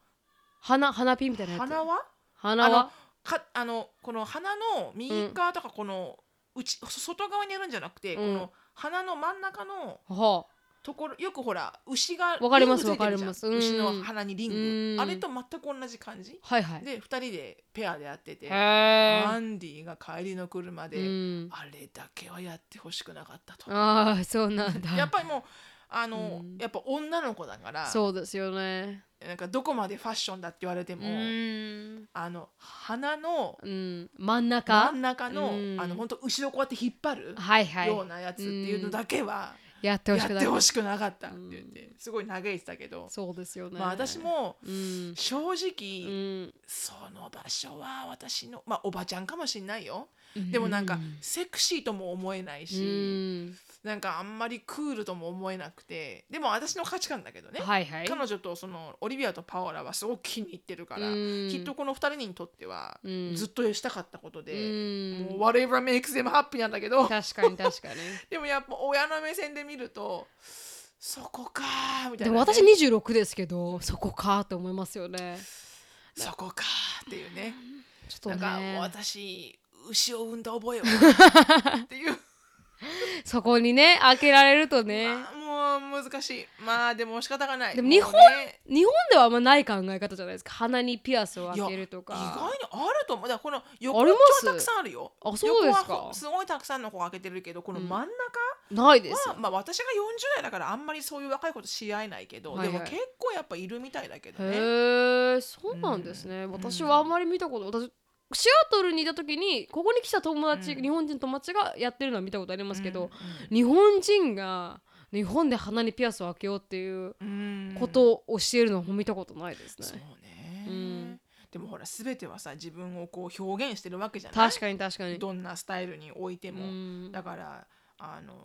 S1: 花花ピンみたいなやつ
S2: 鼻は
S1: 鼻は
S2: かあのこの鼻の右側とかこの、うち外側にやるんじゃなくて、
S1: ん
S2: この鼻の真ん中の
S1: は
S2: ところよくほら牛が
S1: わかります
S2: リングついてるじゃん
S1: わかりますうん
S2: 牛の鼻にリン
S1: う
S2: グ
S1: ん
S2: あれと全く同じ感じ
S1: あ、はいはい
S2: で2人でペアでやってて
S1: へ
S2: アンディが帰りの車で、
S1: え、うん、
S2: あれだけはやってほしくなかったと
S1: ああそうなんだ
S2: やっぱりもうあの、
S1: うん
S2: やっぱ女の子だから
S1: そうですよね
S2: なんかどこまでファッションだって言われても、
S1: うん
S2: あの鼻の
S1: うん、真ん中
S2: 真ん中の、
S1: うん
S2: あの本当後ろこうやって引っ張る
S1: はいはい
S2: ようなやつっていうのだけは、
S1: やってほ
S2: や
S1: しく
S2: っ
S1: な
S2: て
S1: る
S2: ほしくなかったって言ってすごい嘆いてたけど、
S1: そうですよね
S2: まあ私も
S1: うん
S2: 正
S1: う
S2: 直、
S1: ん
S2: その場所は私のまあおばちゃんかもしんないよでもなんかセクシーとも思えないうし、
S1: ん
S2: なんかあんまりクールとも思えなくてでも私の価値観だけどね、
S1: はいはい
S2: 彼女とそのオリビアとパオラはすごく気に入ってるから、
S1: うん
S2: きっとこの二人にとっては
S1: うん
S2: ずっとしたかったこと
S1: う
S2: で、もうん whatever makes them happy なんだけど
S1: 確かに 確かに
S2: でもやっぱ親の目線で見るとそこかーみたい
S1: で
S2: なね、
S1: も私26ですけどそこかと思いますよね
S2: そこかーっていうね
S1: ちょっと
S2: なんかもう
S1: ね
S2: 私牛を産んだ覚 えはっていう、
S1: そこにね開けられるとね
S2: まあもう難しいまあでも仕方がない
S1: でも日
S2: う
S1: 本
S2: ね
S1: 日本ではあんまない考え方じゃないですか鼻にピアスを
S2: いや
S1: 開けるとか
S2: 意外にあると思うだからこの横
S1: あり
S2: っ
S1: ま
S2: ち
S1: す
S2: ょはたくさんあるよ
S1: あそうです
S2: 横は
S1: か
S2: ほすごいたくさんの子開けてるけどこの真ん中、
S1: ないです
S2: まあ、まあ私が40代だからあんまりそういう若い子と知り合えないけど、
S1: はいはい
S2: でも結構やっぱいるみたいだけどね。
S1: へえそうなんですね、
S2: ん
S1: 私はあんまり見たこと私シアトルにいた時にここに来た友達、
S2: うん
S1: 日本人の友達がやってるのは見たことありますけど、
S2: う、
S1: 日本人が日本で鼻にピアスを開けようっていうん
S2: ね、
S1: ことをしているのは見たことないです
S2: そう
S1: ね、
S2: ね、
S1: うん
S2: でもほら全てはさ自分をこう表現してるわけじゃない
S1: 確かに確かに
S2: どんなスタイルにおいても、
S1: うん
S2: だからあの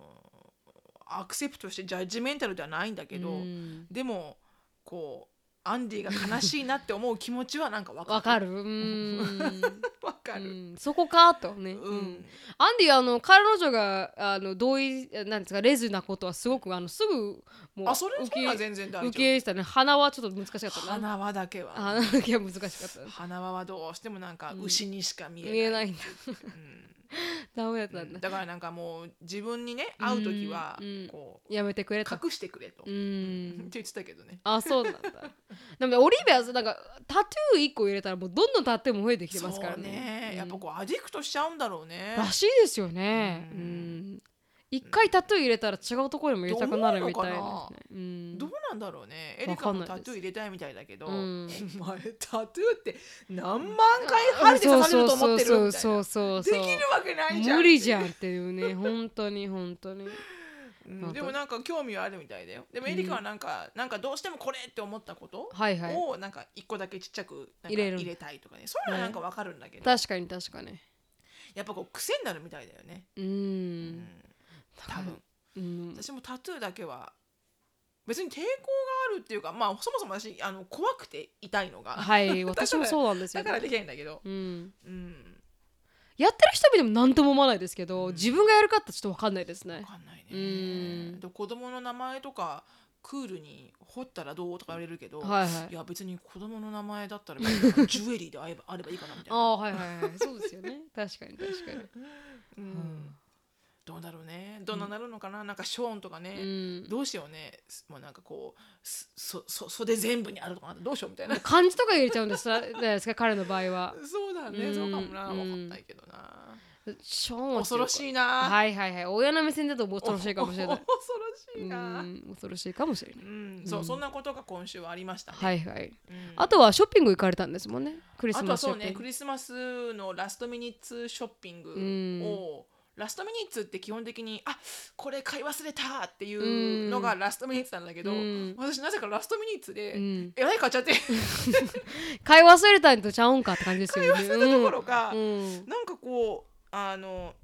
S2: アクセプトしてジャッジメンタルではないんだけど、
S1: うん
S2: でもこうアンディが悲しいなって思う気持ちはなんかわかる
S1: わかるうん
S2: わか
S1: う
S2: る
S1: んそこかとね、
S2: うん、
S1: アンディあの彼女があの同意なんですかレズなことはすごくあのすぐもう
S2: あそれ
S1: 受
S2: そ
S1: け
S2: んな
S1: 受
S2: 全然大
S1: け
S2: 丈
S1: 入れしたね鼻はちょっと難しかった
S2: 夫
S1: な
S2: 花輪だけは
S1: あなんか難しかった
S2: 花輪はどうしてもなんか牛にしか見
S1: 見え
S2: えな、
S1: ないいんだ ダメだった
S2: うん
S1: んだ、
S2: だからなんかもう自分にね会う時は
S1: うん
S2: こう
S1: やめてくれと
S2: 隠してくれと、
S1: う
S2: って
S1: ん
S2: 言ってたけどね
S1: あそうなんだでもオリビアはなんかタトゥー1個入れたらもうどんどんタトゥーも増えてきてますからね
S2: そう
S1: うん
S2: やっぱこうアディクトしちゃうんだろうね
S1: らしいですよね
S2: う
S1: うんん一回タトゥー入れたら違うところにも入れたくなるみたいです
S2: どう思うのか
S1: ねうん
S2: どうなんだろうねエリ
S1: わ
S2: カ
S1: かん
S2: も
S1: ないです
S2: タトゥー入れたいみたいだけど、
S1: うん
S2: お前タトゥーって何万回針で刺されると思ってるみたい
S1: そ
S2: な
S1: うそうそう
S2: でき
S1: そうそう
S2: るわけないじゃん
S1: 無理じ
S2: ん、
S1: ゃんってい うね本当に本当に
S2: うんでもなんか興味はあるみたいだよでもエリカはなんか、なんかどうしてもこれって思ったこと
S1: はいはい
S2: をなんか一個だけちっちゃくなんか
S1: 入れる
S2: 入れたいとかねそういうのはなんかわかるんだけど、
S1: 確かに確かに
S2: やっぱこう癖になるみたいだよね、
S1: う
S2: うんん多分
S1: うん
S2: 私もタトゥーだけは別に抵抗があるっていうかまあそもそも私あの怖くて痛いのが、
S1: はい私もそうなんですよ
S2: だからできないんだけど、
S1: うん
S2: うん、
S1: やってる人見ても何とも思わないですけど、
S2: うん
S1: 自分がやるかってちょっと分かんないです
S2: わ
S1: ね
S2: かんない
S1: うん
S2: ねで子供の名前とかクールに掘ったらどうとか言われるけど、
S1: はいはい
S2: や別に子供の名前だったら別にジュエリーであれば あればいいかなみたい
S1: あ
S2: な、
S1: あはいはいはいそうです よね確かに確かに
S2: うん、どうだろうねどんななるのかな、なんかショーンとかね、
S1: うん
S2: どうしようねすもうなんかこうすそそ袖全部にあるとかどうしようみたいな
S1: 漢字とか入れ ちゃうんですじゃないですか彼の場合は
S2: そうだね、
S1: うん
S2: そうかもな
S1: うん
S2: 分かんないけどな、
S1: ショーンは
S2: 恐ろしいな、
S1: はいはいはい親の目線だと恐ろしいかもしれない
S2: おお 恐ろしいうな、うん
S1: ん恐ろしいかもしれない
S2: そう、
S1: うん
S2: そんなことが今週はありましたね、
S1: はいはい
S2: うん
S1: あとはショッピング行かれたんですもんねクリス
S2: あと
S1: マ
S2: は
S1: スショ
S2: そう
S1: ッピ
S2: ね
S1: ング
S2: クリスマスのラストミニッツショッピングを、ラストミニッツって基本的にあこれ買い忘れたっていうのがラストミニッツなんだけど、
S1: うん
S2: 私なぜかラストミニッツで、
S1: うん
S2: えらい買っちゃって
S1: 買い忘れたんとちゃうんかって感じです
S2: 買い
S1: よ
S2: 忘
S1: ね
S2: れたところか、
S1: うん
S2: なんかこうあの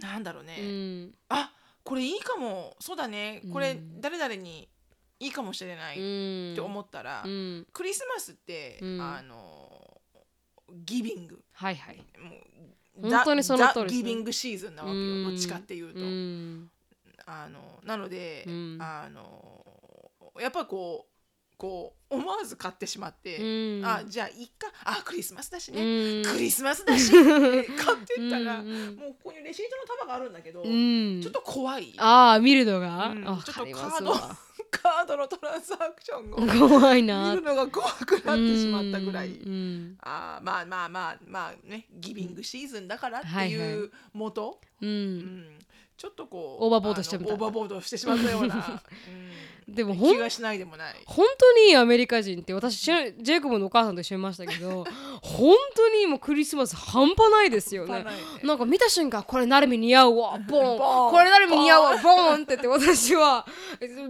S2: なんだろうね、
S1: うん
S2: あこれいいかもそうだねこ
S1: う
S2: れ
S1: ん
S2: 誰々にいいかもしれないっ
S1: うん
S2: て思ったら、
S1: うん
S2: クリスマスって、
S1: うん
S2: あのギビング
S1: はいはい
S2: もう
S1: 本当にその
S2: ザ
S1: 通りですね
S2: ザギビングシーズンなわけ
S1: う
S2: よ
S1: ん
S2: どっちかっていうと、
S1: うん
S2: あのなので、
S1: うん
S2: あのやっぱこうこう思わず買ってしまって、
S1: うん
S2: あじゃあいっかあクリスマスだし
S1: う
S2: ね、
S1: ん
S2: クリスマスだ しって買ってったら、
S1: うんうん
S2: もうここにレシートの束があるんだけど、
S1: うん
S2: ちょっと怖い
S1: ああ見るのが、
S2: うん
S1: あ
S2: ちょっと
S1: わかります
S2: カード
S1: わ
S2: カードのトランスアクションを
S1: 怖いな
S2: 見るのが怖くなってしまったぐらい。
S1: うんうん
S2: あーまあまあまあまあねギビングシーズンだからって
S1: はい
S2: い
S1: は
S2: う元、
S1: う
S2: うん
S1: ん
S2: ちょっとこう
S1: オーバーボードしてみた
S2: あのオーバーボードしてしまったよう な、
S1: で
S2: う
S1: も
S2: ん、
S1: ほん
S2: 気がしないでもない。
S1: 本当にいいアメリカ人って私知らジェイコブのお母さんと一緒にいましたけど本当にもうクリスマス半端ないですよね
S2: 半端ないね
S1: なんか見た瞬間これなるみ似合う わボン
S2: ボン
S1: これなるみ似合うわボンって言って私は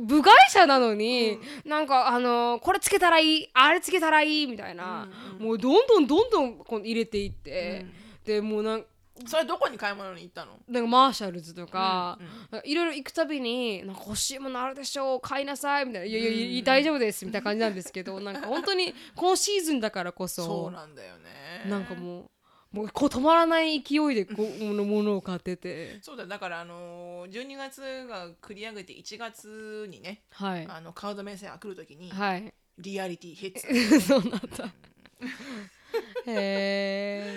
S1: 部外者なのに、なんかあのーこれつけたらいいあれつけたらいいみたいな、もうどんどんどんどんこう入れていって、でもうなん
S2: それどこに買い物に行ったの？
S1: なんかマーシャルズとか
S2: うんうん、
S1: なんかいろいろ行くたびになんか欲しいものあるでしょう買いなさいみたいな「いやいやいや大丈夫です」みたいな感じなんですけどなんか本当にこのシーズンだからこそ
S2: そうなんだよね。
S1: なんかもうもうこう止まらない勢いでこうのものを買ってて
S2: そうだだからあのー12月が繰り上げて1月にね、
S1: はい
S2: あのカード目線が来るときに、
S1: はい
S2: リアリティヘッズ、
S1: そうなんだへえ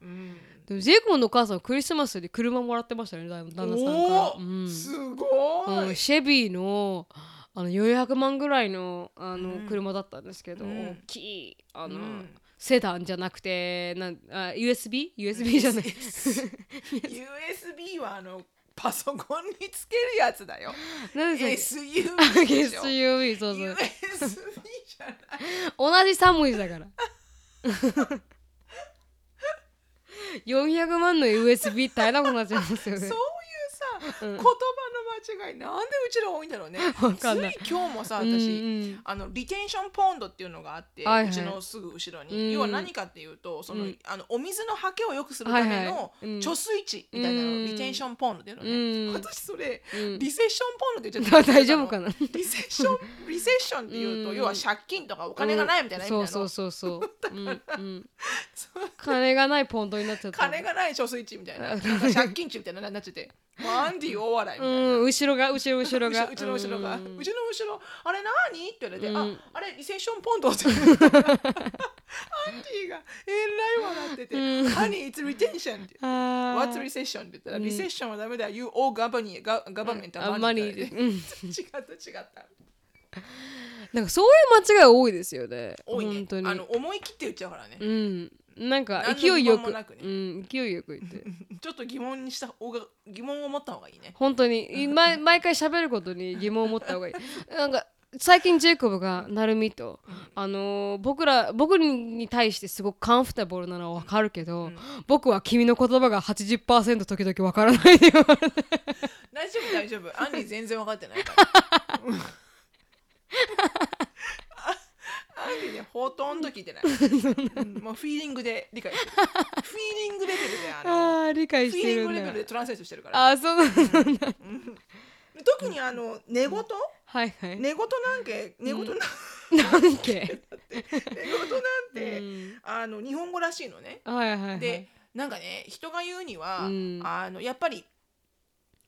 S2: うん、
S1: でもジェイコブのお母さんはクリスマスに車もらってましたね 旦旦那さんから
S2: おお、
S1: うん
S2: すごい、
S1: うん、シェビーのあの400万ぐらいのあの、
S2: うん
S1: 車だったんですけど、
S2: うん
S1: 大きいあの、
S2: うん
S1: セダンじゃなくてなんあ USB?USB じゃない
S2: USB はあのパソコンにつけるやつだ よ
S1: 何でしたっ
S2: SUV
S1: け
S2: でしょ
S1: SUV そうそう
S2: USB じゃない
S1: 同じ3文字だから400万の USB って大変なことになっちゃいますよ
S2: そういう
S1: ね
S2: さ、
S1: うん
S2: 言葉の間違いなんでうちら多いんだろうね
S1: わかんない
S2: つい今日もさ私、
S1: うんうん
S2: あのリテンションポンドっていうのがあって、
S1: はいはいう
S2: ちのすぐ後ろに、
S1: うん
S2: 要は何かっていうとその、
S1: うん
S2: あのお水のはけを良くするため
S1: はいは
S2: の
S1: いうん
S2: 貯水池みたいなのを
S1: うん
S2: リテンションポンドっていうのね、
S1: うん
S2: 私それ、
S1: うん
S2: リセッションポンドって言っちゃった
S1: 大丈夫かな
S2: リセッションリセッションっていうと、
S1: うん
S2: 要は借金とかお金がないみたいな意味なの、
S1: うんそうそうそうそう、うんうん、
S2: そう
S1: 金がないポンドになっちゃった
S2: 金がない貯水池みたいな
S1: う
S2: なんんか借金池みたいなのになっちゃってもうアンディ大笑いみたいな。
S1: うん、後ろが後ろ後ろが
S2: うちの後ろが、う
S1: うん
S2: ちの後ろあれ何って言われて、
S1: うん
S2: ああれリセッションポンドって アンディがえらい笑ってて「
S1: うん
S2: Honey it's retention」って「
S1: あ
S2: What's recession?」って言ったら「リセッションはダメだ You all government government
S1: あ
S2: are
S1: んま
S2: money」
S1: り
S2: って
S1: うん
S2: 違った違った
S1: なんかそういう間違い多いですよね
S2: 多いね
S1: 本当に
S2: あの思い切って言っちゃうからね、
S1: うんなんか
S2: 何の
S1: 勢いよ
S2: 疑問も
S1: く、
S2: なくね
S1: うん勢いよく言って
S2: ちょっと疑問にした方が疑問を持った方がいいね
S1: 本 当に毎毎回喋ることに疑問を持った方がいいなんか最近ジェイコブがなるみと、あのー僕ら僕に対してすごくカンフタブルなのは分かるけど、僕は君の言葉が80%時々分からないでよ
S2: 大丈夫大丈 夫アンディ全然分かってないからあアンディねほとんど聞いてないうんもうフィーリングで理解 してるフィーリングレベルであの
S1: あー 理解
S2: フ
S1: し
S2: ィー
S1: て
S2: リン
S1: る
S2: グレ
S1: ん
S2: ベ
S1: だ
S2: ルでトランスレートしてるから
S1: あーそうなんだ
S2: 特にあの寝言
S1: はいはい
S2: 寝言なんて寝言なん
S1: なんけ
S2: て寝言なんて、
S1: うん
S2: あの日本語らしいのね
S1: はいはいはい
S2: でなんかね人が言うには、
S1: うん
S2: あのやっぱり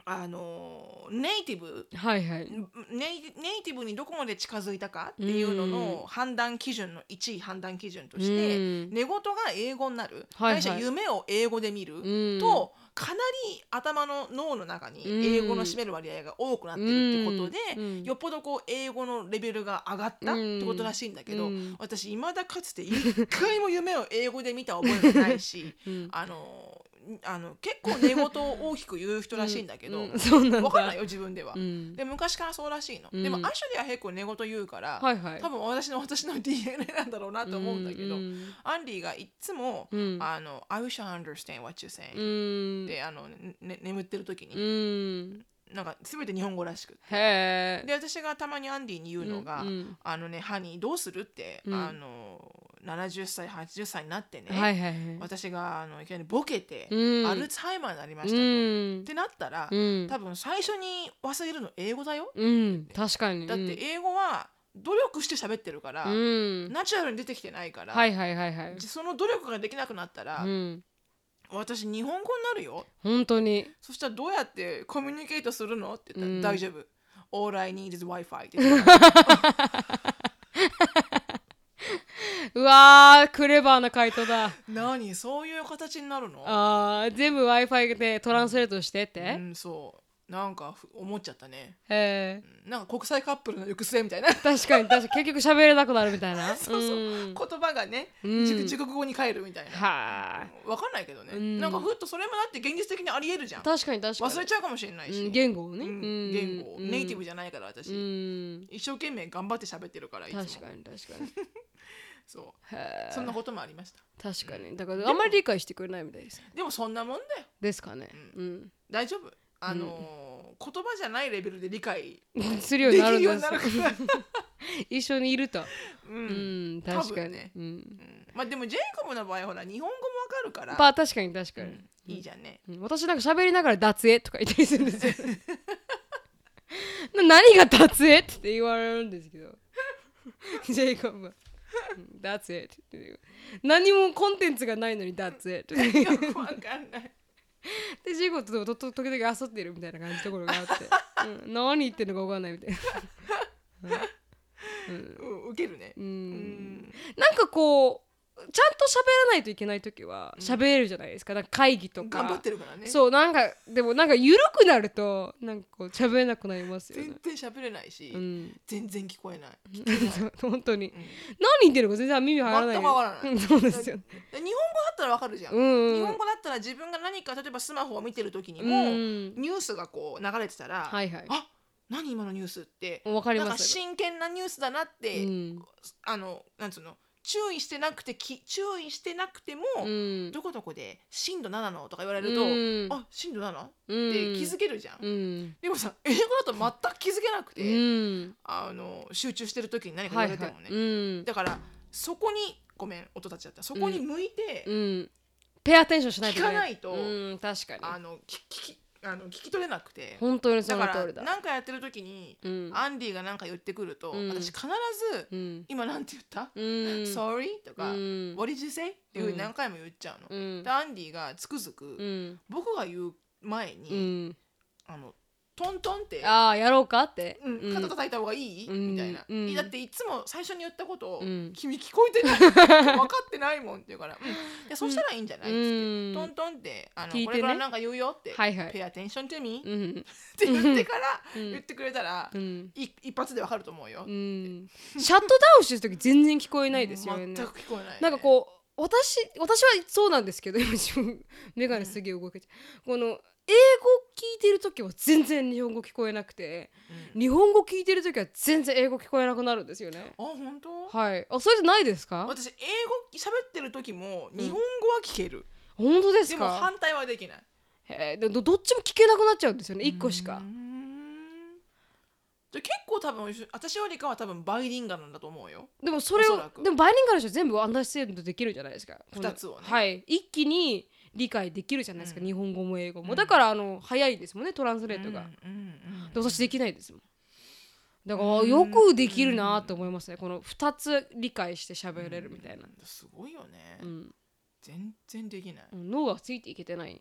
S2: あのネイティブ
S1: はいはい
S2: ネイネイティブにどこまで近づいたかっていうのの判断基準の1位判断基準として、
S1: うん
S2: 寝言が英語になる、
S1: はいはい
S2: ないしは夢を英語で見る、
S1: うん
S2: とかなり頭の脳の中に英語の占める割合が多くなってるってことで、
S1: うん
S2: よっぽどこう英語のレベルが上がったってことらしいんだけど、
S1: うん
S2: 私いまだかつて一回も夢を英語で見た覚えがない し
S1: うん
S2: あのあの結構寝言を大きく言う人らしいんだけど、
S1: うんそうなんだ
S2: 分かんないよ自分では。
S1: うん
S2: で昔からそうらしいの、
S1: うん
S2: でもアシュリーは結構寝言言うから、
S1: はいはい
S2: 多分私の私の DNA なんだろうなと思うんだけど、
S1: うん
S2: アンディがいっつも、
S1: うん
S2: あの「I wish I understand what you're saying、
S1: うん
S2: であの、ねね眠ってる時
S1: う
S2: に、
S1: ん
S2: なんか全て日本語らしく
S1: へえ
S2: で私がたまにアンディに言うのが「
S1: うん
S2: あのねハニーどうする?」って、
S1: うん
S2: あの70歳80歳になってね、
S1: はいはいはい
S2: 私があのいきなりボケて、
S1: うん
S2: アルツハイマーになりましたと、
S1: うん
S2: ってなったら、
S1: うん
S2: 多分最初に忘れるの英語だよ、
S1: うん確かに
S2: だって英語は努力して喋ってるから、
S1: うん
S2: ナチュラルに出てきてないから、
S1: はいはいはいはい
S2: その努力ができなくなったら、
S1: うん
S2: 私日本語になるよ
S1: 本 当に
S2: そしたらどうやってコミュニケートするのって言ったら、
S1: うん
S2: 大丈夫 All I need is Wi-Fi って 言ってた
S1: うわークレバーな回 答だ
S2: 何そういう形になるの
S1: あー全部 Wi-Fi でトランスレートしてっ
S2: う
S1: て
S2: ん、そなんかふ思っちゃったね
S1: へえ
S2: うんなんか国際カップルの行く末みたい な
S1: 確かに確かに結局喋れなくなるみたい な
S2: そうそう
S1: うん
S2: 言葉がね
S1: うん
S2: 中中国語に変えるみたいな
S1: は
S2: わかんないけどね
S1: うん
S2: なんかふっとそれもだって現実的にありえるじゃ
S1: あ
S2: ん
S1: 確かに確かに
S2: 忘れちゃうかもしれない
S1: うん
S2: し
S1: 言語をね、
S2: うん
S1: うん
S2: 言語ネイティブ
S1: じ
S2: じゃないから私
S1: うん
S2: 一生懸命頑張って喋ってるからいつも
S1: 確かに確かに
S2: そ
S1: へ
S2: う
S1: え
S2: そんなこともありました
S1: 確かにだからあんまり理解してくれないみたいです
S2: でもそんなもんだよ
S1: ですかねうん、
S2: 大丈夫あのー言葉じゃないレベルで理解
S1: するよ
S2: で
S1: う
S2: き
S1: になる
S2: る
S1: ん
S2: ように
S1: で
S2: なるか
S1: す
S2: ら
S1: 一緒にいると
S2: う
S1: うん、
S2: ん
S1: 確か
S2: 多
S1: に、
S2: 分ね
S1: うん、
S2: うんまあでもジェイコブの場合ほら日本語もわかるから
S1: まあ確かに確か
S2: う
S1: に、
S2: んいいじゃんね
S1: うん私なんか喋りながら「脱衣とか言ったりするんですよ な何が脱衣って言われるんです けどジェイコブはうん「脱衣って言って何もコンテンツがないのに「脱衣って
S2: よくわかんない
S1: でジェイコブととと時々遊ってるみたいな感じのところ があって、うん、何言ってるのか分かんないみたいな
S2: うんウケるね
S1: う
S2: うんん
S1: なんかこうちゃんと喋らないといけない時は喋れるじゃないですかなんか会議とか
S2: 頑張ってるからね
S1: そうなんかでもなんか緩くなるとなんかこう喋れなくなりますよね
S2: 全。然喋れないし
S1: うん、
S2: 全然聞こえない
S1: そ う本当に、
S2: ん
S1: 何言ってるのか全然耳入らない
S2: 全くわからない
S1: うんそうですよね
S2: で日本語だったらわかるじゃん
S1: う
S2: 日
S1: んうん
S2: 本語だったら自分が何か例えばスマホを見てる時に
S1: う
S2: も
S1: ん
S2: ニュースがこう流れてたら
S1: はいはい
S2: あ何今のニュースって
S1: わかり
S2: なん
S1: ま
S2: か
S1: す
S2: 真剣なニュースだなって
S1: うん
S2: あのなんつうの注意してなくてき注意してなくても、
S1: うん
S2: どこどこで震度7のとか言われると、
S1: うん
S2: あ震度 7? っ
S1: うん
S2: て気づけるじゃん、
S1: うん
S2: でもさ 英語だと全く気づけなく
S1: う
S2: て、
S1: ん
S2: あの集中してる時に何か言わ
S1: はいは
S2: れても
S1: い
S2: ね、
S1: うん
S2: だからそこにごめん音立っちゃったそこに向いて、
S1: うんペアアテンションしないと
S2: 聞かないと
S1: うん確かに
S2: あの聞き聞きあの聞き取れなくて
S1: 本当にそ
S2: だ
S1: の
S2: か
S1: 通
S2: ら
S1: りだ
S2: 何かやってる時に、
S1: うん
S2: アンディが何か言ってくると、
S1: うん
S2: 私必ず
S1: うん
S2: 「今なんて言った
S1: うん
S2: Sorry?」とか「
S1: うん
S2: What did you say?」っていうふうに何回も言っちゃうの。
S1: うん
S2: でアンディがつくづく、
S1: うん
S2: 僕が言う前
S1: う
S2: に、
S1: ん
S2: あのトントンって、
S1: ああやろうかって
S2: うん
S1: うん
S2: 肩叩いた方がいい、
S1: うん
S2: みたいな、
S1: うん
S2: だっていつも最初に言ったことを、
S1: うん
S2: 君聞こえ てない分かってないもん」って言うから「うん、でそうしたらいいんじゃない?」っつって、
S1: うん
S2: トントンってあの
S1: 聞いてね
S2: これからなんか言うよ」って「
S1: はいはい
S2: ペアテンションテミー」
S1: う
S2: っ
S1: ん
S2: て言ってから、
S1: うん
S2: 言ってくれたら、
S1: うん
S2: い一発でわかると思うよ。
S1: うんシャットダウンしてる時全然聞こえないですよね。
S2: 全く聞こえない、
S1: なんかこう私私はそうなんですけど今自分眼鏡すげえ動けちゃう、この英語聞いてる時は全然日本語聞こえなくて
S2: うん、
S1: 日本語聞いてる時は全然英語聞こえなくなるんですよね。
S2: あ本当、
S1: はい、あそれじゃないですか
S2: 私英語喋ってる時も日本語は聞ける、
S1: 本当です
S2: でも
S1: か
S2: 反対はできない
S1: へえでどどっちも聞けなくなっちゃうんですよね1個し
S2: う
S1: か
S2: ー。んじゃあ結構多分私よりかは多分バイリンガルなんだと思うよ
S1: でもそれ
S2: おそ
S1: を
S2: らく
S1: でもバイリンガルの人は全部アンダーステンドできるじゃないですかこの
S2: 二つをね
S1: はい一気に理解できるじゃないですか、
S2: うん
S1: 日本語も英語も、
S2: うん
S1: だからあの早いですもんねトランスレ
S2: レ
S1: ートが、
S2: うんうん
S1: で私できないですもんだから
S2: うん
S1: よくできるなと思いますねこの2つ理解して喋れるみたいな、
S2: うんすごいよね、
S1: うん、
S2: 全然できない、
S1: 脳がついていけてない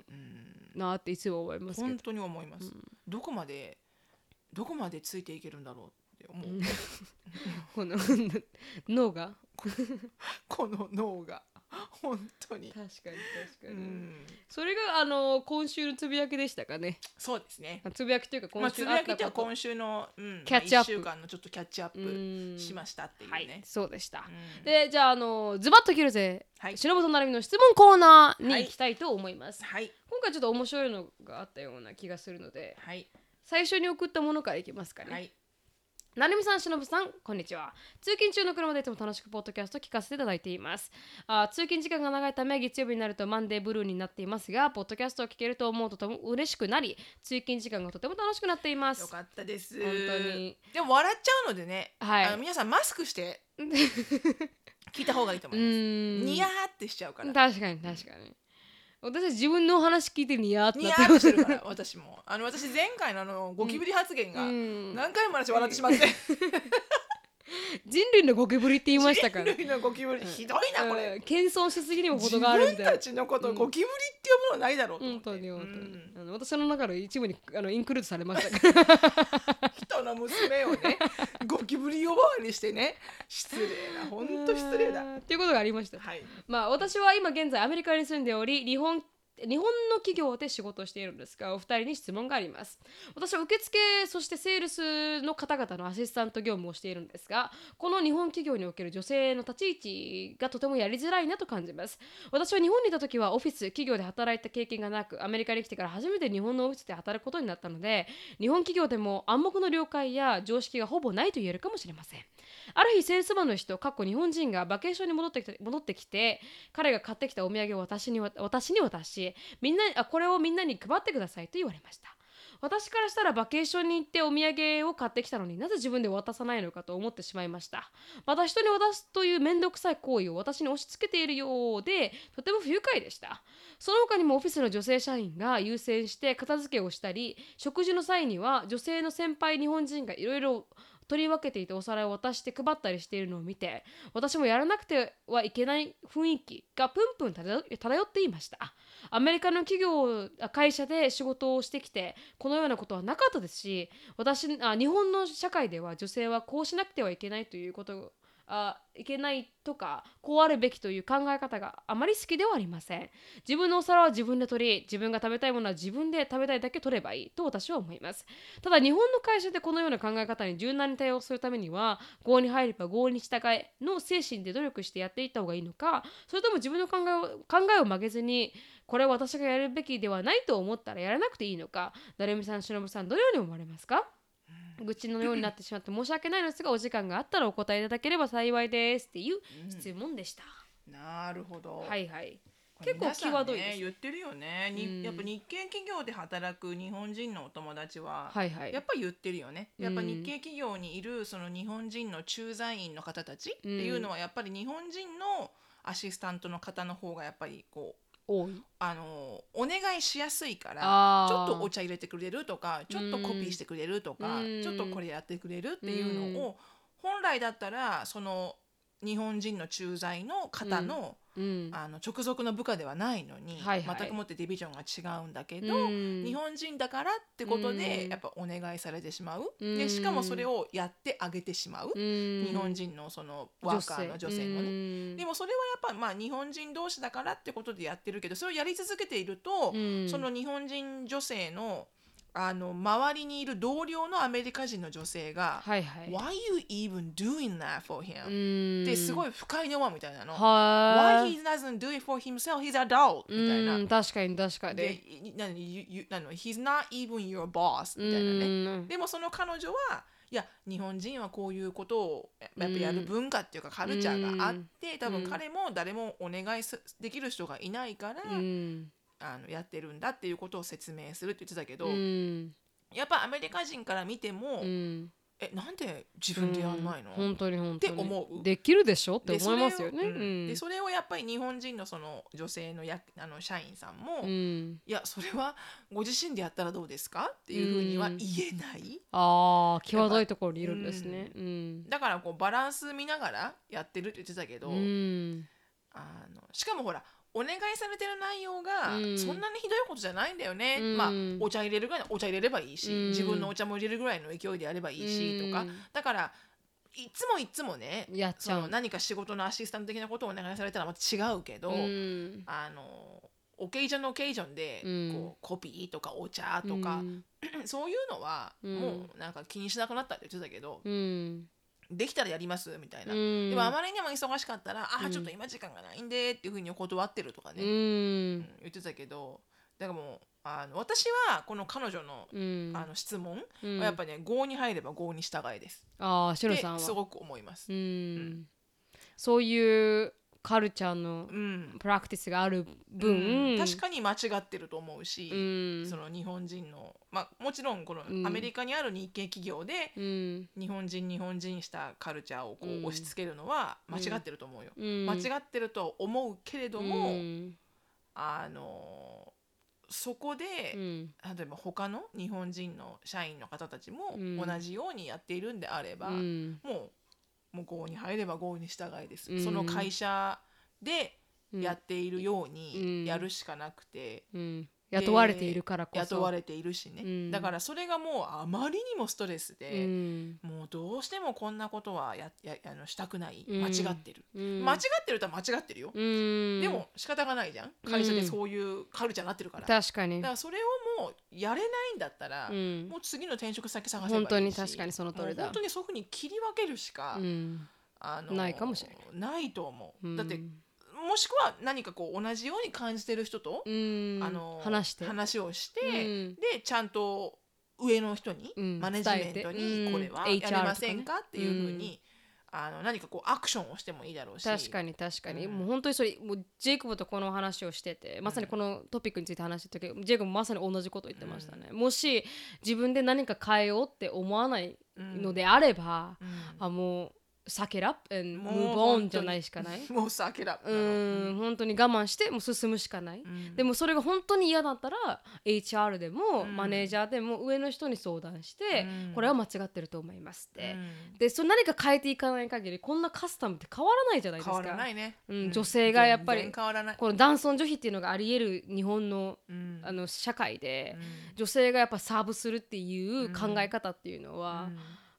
S2: うん、
S1: なっていつも思いますけど
S2: 本当に思います、
S1: うん
S2: どこまでどこまでついていけるんだろうって思う、
S1: うんこの脳が
S2: この脳が本当に、
S1: 確かに確か
S2: う
S1: に、
S2: ん、
S1: それがあの今週のつぶやきでしたかね
S2: そうですね
S1: あつぶやきというか
S2: まあ
S1: 今
S2: つ
S1: 週
S2: ぶ
S1: あ
S2: や
S1: っ
S2: き
S1: た
S2: っては
S1: こと
S2: 今週の、うん、
S1: キャッチアップ
S2: まあ一週間のちょっとキャッチアップ
S1: うん
S2: しましたっていう
S1: はい
S2: ね、
S1: そうでした、
S2: うん
S1: でじゃああのズバッと切るぜ、
S2: はい
S1: しのぶとなるみの質問コーナーに行きたいと思います、
S2: はい
S1: 今回ちょっと面白いのがあったような気がするので
S2: はい
S1: 最初に送ったものからいきますかね、
S2: はい
S1: なるみさん、しのぶさん、こんにちは。通勤中の車でいつも楽しくポッドキャストを聞かせていただいています。あー通勤時間が長いため、月曜日になるとマンデーブルーになっていますが、ポッドキャストを聞けると思うととても嬉しくなり、通勤時間がとても楽しくなっていま
S2: よ
S1: す。
S2: かったです
S1: 本当に
S2: でも笑っちゃうのでね、
S1: はい
S2: あの皆さんマスクして 聞いた方がいいと
S1: う
S2: 思います
S1: ーん
S2: ニヤーってしちゃうからニ
S1: 確かに確かに。私は自分のお話聞いてにやーってな
S2: ヤ
S1: っ
S2: ーっ
S1: て
S2: てしてるから私もあの私前回のあのゴキブリ発言が
S1: うん
S2: 何回も私笑ってしまって
S1: 人類のゴキブリって言いましたから
S2: 人。類のゴキブリひどいなこ
S1: うん
S2: れ
S1: 謙遜しすぎにも
S2: 自
S1: 程があるみ
S2: 分
S1: たい
S2: た
S1: な。
S2: ちのことをゴキブリって呼ぶのないだろうと思っ
S1: 本
S2: て
S1: 当に本当
S2: う
S1: に
S2: ん。
S1: あの私の中の一部にあのインクルードされましたから。
S2: 人の娘を ねゴキブリ呼ばわりしてね失礼な 本当失礼だ
S1: ということがありました。
S2: はい
S1: まあ私は今現在アメリカに住んでおり日本日本の企業で仕事をしているんですがお二人に質問があります私は受付そしてセールスの方々のアシスタント業務をしているんですがこの日本企業における女性の立ち位置がとてもやりづらいなと感じます私は日本にいた時はオフィス企業で働いた経験がなくアメリカに来てから初めて日本のオフィスで働くことになったので日本企業でも暗黙の了解や常識がほぼないと言えるかもしれませんある日セールスマンの人かっこ日本人がバケーションに戻ってきて戻ってきて彼が買ってきたお土産を私に渡私に渡しみんなあこれをみんなに配ってくださいと言われました私からしたらバケーションに行ってお土産を買ってきたのになぜ自分で渡さないのかと思ってしまいましたまた人に渡すという面倒くさい行為を私に押し付けているようでとても不愉快でしたその他にもオフィスの女性社員が優先して片付けをしたり食事の際には女性の先輩日本人がいろいろ取り分けていてお皿を渡して配ったりしているのを見て私もやらなくてはいけない雰囲気がプンプン漂漂っていましたアメリカの企業あ会社で仕事をしてきてこのようなことはなかったですし私あ日本の社会では女性はこうしなくてはいけないということあいけないとかこうあるべきという考え方があまり好きではありません自分のお皿は自分で取り自分が食べたいものは自分で食べたいだけ取ればいいと私は思いますただ日本の会社でこのような考え方に柔軟に対応するためには合に入れば合に従えの精神で努力してやっていった方がいいのかそれとも自分の考えを考えを曲げずにこれは私がやるべきではないと思ったらやらなくていいのかだるみさんしのぶさんどのように思われますか愚痴のようになってしまって申し訳ないのですがお時間があったらお答えいただければ幸いですっていう質問でした、
S2: なるほど、
S1: はいはい
S2: これ
S1: 結構
S2: 皆さん
S1: 際どいです
S2: ね言ってるよね、に
S1: うん
S2: やっぱ日系企業で働く日本人のお友達は、
S1: はいはい
S2: やっぱり言ってるよねやっぱ
S1: うん
S2: 日系企業にいるその日本人の駐在員の方たちっていうのはやっぱり日本人のアシスタントの方の方がやっぱりこう
S1: 多い
S2: あのお願いしやすいから
S1: あ
S2: ちょ
S1: ー
S2: っとお茶入れてくれるとかちょっとコピーしてくれるとか
S1: うん
S2: ちょっとこれやってくれるっていうのを本来だったらその日本人の駐在の方の,、
S1: うん
S2: あの直属の部下ではないのに、
S1: はいはい
S2: 全くもってディビジョンが違うんだけど、
S1: 日
S2: 日本人だからってことで、
S1: うん
S2: やっぱお願いされてしまう、
S1: うん
S2: でしかもそれをやってあげてしまう、日
S1: 日
S2: 本人のそのワーカーの女性もね。
S1: ね
S2: で
S1: も
S2: もそれはやっぱまあ日本人同士だからってことでやってるけどそれをやり続けていると、その日本人女性のあの周りにいる同僚のアメリカ人の女性が
S1: はい
S2: 「
S1: はい
S2: Why you even doing that for him?、
S1: っ
S2: ってすご
S1: い
S2: い不快に思うみたいなの。
S1: は
S2: Why he doesn't do it for himself? He's adult! みたいな
S1: う。ん確かに確かに
S2: で、いなに、ゆゆなの、he's not even your boss みたいなね。
S1: ね
S2: でもその彼女は、いや、日本人はこういうことをややっぱやる文化っていうかカルチャーがあって、多分彼も誰もお願いすできる人がいないから、
S1: うん
S2: あのやってるんだっていうことを説明するって言ってたけど、
S1: うん
S2: やっぱアメリカ人から見ても、
S1: うん
S2: え、なんで自分でやんないの、
S1: 本当に本当に
S2: って思う
S1: できるでしょって
S2: で
S1: 思いますよね
S2: それを
S1: う
S2: うん
S1: ん
S2: でそれをやっぱり日本人のその女性のやあの社員さんも、
S1: うん
S2: いやそれはご自身でやったらどうですかっていうふうには言えない、
S1: あー際どいところにいるんですねうん
S2: だからこうバランス見ながらやってるって言ってたけど、
S1: うん
S2: あのしかもほらお願いされてる内容が
S1: うん
S2: そんなにひどいことじゃないんだよね、
S1: うん
S2: まあお茶入れるぐらいのお茶入れればいいし、
S1: うん
S2: 自分のお茶も入れるぐらいの勢いでやればいいしとか、だからいつもいつもね
S1: やっち
S2: そ
S1: ゃ
S2: の
S1: う
S2: 何か仕事のアシスタント的なことをお願いされたらまた違うけど、
S1: うん
S2: あのオケージョンのオケージョンで、
S1: うん
S2: こうコピーとかお茶とか、そういうのは
S1: うん
S2: もうなんか気にしなくなったって言ってたけど、
S1: うん
S2: できたらやりますみたいな、
S1: うん
S2: でもあまりにも忙しかったら、あ
S1: う
S2: あ
S1: ん
S2: ちょっと今時間がないんでっていうふうにお断ってるとか
S1: う
S2: ね、うん
S1: ん
S2: 言ってたけどだからもうあの私はこの彼女の,、
S1: うん
S2: あの質問は
S1: うん
S2: やっぱね合に入れば合に従えです、
S1: ああシロ
S2: で
S1: さんは
S2: すごく思います。
S1: うん
S2: ん
S1: そういうカルチャーの
S2: うん
S1: プラクティスがある
S2: う
S1: 分
S2: ん確かに間違ってると思うし、
S1: うん
S2: その日本人の、まあ、もちろんこの
S1: うん
S2: アメリカにある日系企業で
S1: うん
S2: 日本人日本人したカルチャーをこ
S1: うん
S2: う押し付けるのは間違ってると思うよ。
S1: うん
S2: 間違ってるとは思うけれども、
S1: うん
S2: あのそこで、
S1: うん
S2: 例えば他の日本人の社員の方たちも
S1: うん
S2: 同じようにやっているんであれば、
S1: うん
S2: もう向こうに入れば合に従いです、
S1: うん
S2: その会社で
S1: うん
S2: やっているよう
S1: うん
S2: にやるしかなくて、
S1: うん雇われているからこそ
S2: 雇われているしね、
S1: うん
S2: だからそれがもうあまりにもストレス
S1: う
S2: で、
S1: ん
S2: もうどうしてもこんなことはややあのしたくない
S1: うん
S2: 間違ってる、
S1: うん
S2: 間違ってるとは間違ってるよ、
S1: うん
S2: でも仕方がないじゃん会社でそういうカルチャーになってるから、だか
S1: 確かに
S2: らそれをもうやれないんだったら、
S1: うん
S2: もう次の転職先探せばいいし
S1: 本当に確かにその通り
S2: もう
S1: だ
S2: 本当にそういうふうに切り分けるしか、
S1: うん
S2: あの
S1: ないかもしれ
S2: ないと思
S1: う
S2: う。
S1: ん
S2: だってもしくは何かこう同じように感じてる人と、
S1: うん
S2: あの
S1: 話して
S2: 話をして、
S1: うん
S2: でちゃんと上の人に、
S1: うん
S2: マネジメント
S1: 伝えてう
S2: に
S1: ん
S2: これは
S1: HR
S2: やりませんか、っていうふう
S1: う
S2: に、あの何かこうアクションをしてもいいだろうし
S1: 確かに確かに、
S2: うん
S1: もう本当にそれもうジェイクブとこの話をしててまさにこのトピックについて話してたけど、ジェイクブもまさに同じこと言ってましたね、もし自分で何か変えようって思わないのであれば、
S2: うん
S1: あもう酒ラップ and
S2: もう本
S1: move
S2: 当
S1: on
S2: に
S1: じゃないしかない
S2: もうさけら
S1: うーん本当に我慢してもう進むしかない、で
S2: も
S1: もそれが本当に嫌だったら HR で
S2: う
S1: も
S2: ん
S1: マネージャーでも上の人に相談して、これは間違ってると思いますって、
S2: うん
S1: でそれ何か変えていかない限りこんなカスタムって変わらないじゃないです
S2: 変
S1: か
S2: わらないね、
S1: うん女性がやっぱり
S2: 全然変わらない、
S1: この男尊女卑っていうのがあり得る日本の
S2: うん
S1: あの社会で
S2: う、ん
S1: 女性がやっぱサーブするっていう考え方っていうのは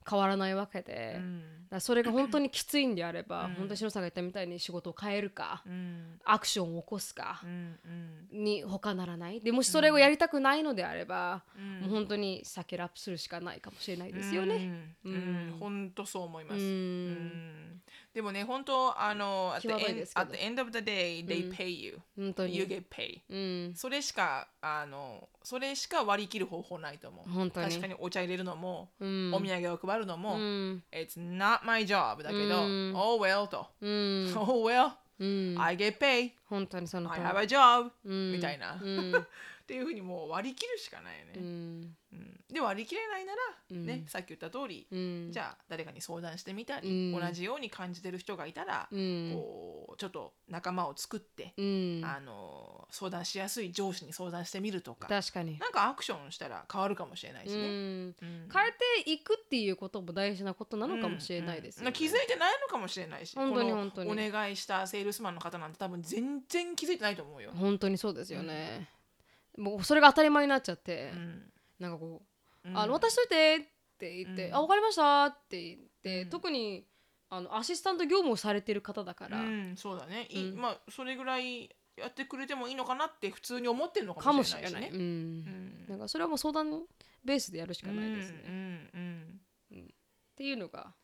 S1: 変わらないわけ
S2: う
S1: で、だか
S2: ん
S1: らそれが本当にきついんであれば、
S2: うん
S1: 本当に篠さんが言ったみたいに仕事を変えるか、
S2: うん
S1: アクションを起こすか
S2: うんうん
S1: に他ならないでもしそれをやりたくないのであれば、
S2: うん
S1: もう本当に酒ラップするしかないかもしれないですよね。
S2: うん
S1: うん
S2: 本当そう思いま
S1: う
S2: す。うんんでもね、本当あの、at the
S1: 際どい
S2: end,
S1: ですけど
S2: at the end of the day, they pay you.、
S1: 本当
S2: you
S1: に、
S2: get pay.
S1: うん、
S2: それしか、あの、それしか割り切る方法ないと思う。
S1: 本当に
S2: 確かにお茶入れるのも、
S1: うん
S2: お土産を配るのも、
S1: うん
S2: It's not my job だけど、
S1: うん
S2: Oh well と。
S1: うん
S2: Oh well,
S1: うん
S2: I get pay,
S1: 本当にその
S2: I
S1: 通り
S2: have a job
S1: うん
S2: みたいな。
S1: う
S2: っ
S1: ん
S2: ていうふうにもう割り切るしかないよね。
S1: うん
S2: うんで割り切れないなら、
S1: うん
S2: ね、さっき言った通り、
S1: うん
S2: じ
S1: ゃ
S2: ゃあ誰かに相談してみたり、
S1: うん
S2: 同じように感じてる人がいたら、
S1: うん
S2: こうちょっと仲間を作って、
S1: うん
S2: あの相談しやすい上司に相談してみるとか
S1: 確かに
S2: なんかアクションしたら変わるかもしれないうしね。
S1: ん
S2: うん
S1: 変えていくっていうことも大事なことなのかもしれないですよね
S2: うん気づいてないのかもしれないし
S1: 本当に
S2: この
S1: 本当に
S2: お願いしたセールスマンの方なんて多分全然気づいてないと思うよ。
S1: 本当にそうですよねもうそれが当たり前になっちゃって
S2: うん
S1: なんかこ
S2: う
S1: うん「あの渡しといて」って言って
S2: う
S1: 「
S2: ん
S1: あわかりました」って言って
S2: うん
S1: 特にあのアシスタント業務をされてる方だから
S2: うん、そうだね、い
S1: うん
S2: まあそれぐらいやってくれてもいいのかなって普通に思ってるの
S1: か
S2: か
S1: も
S2: も
S1: し
S2: し
S1: れ
S2: れ
S1: な
S2: ないいしね。
S1: うん
S2: うん
S1: なんかそれはもう相談ベースでやるしかないです
S2: う
S1: ね
S2: んうん
S1: っていうのが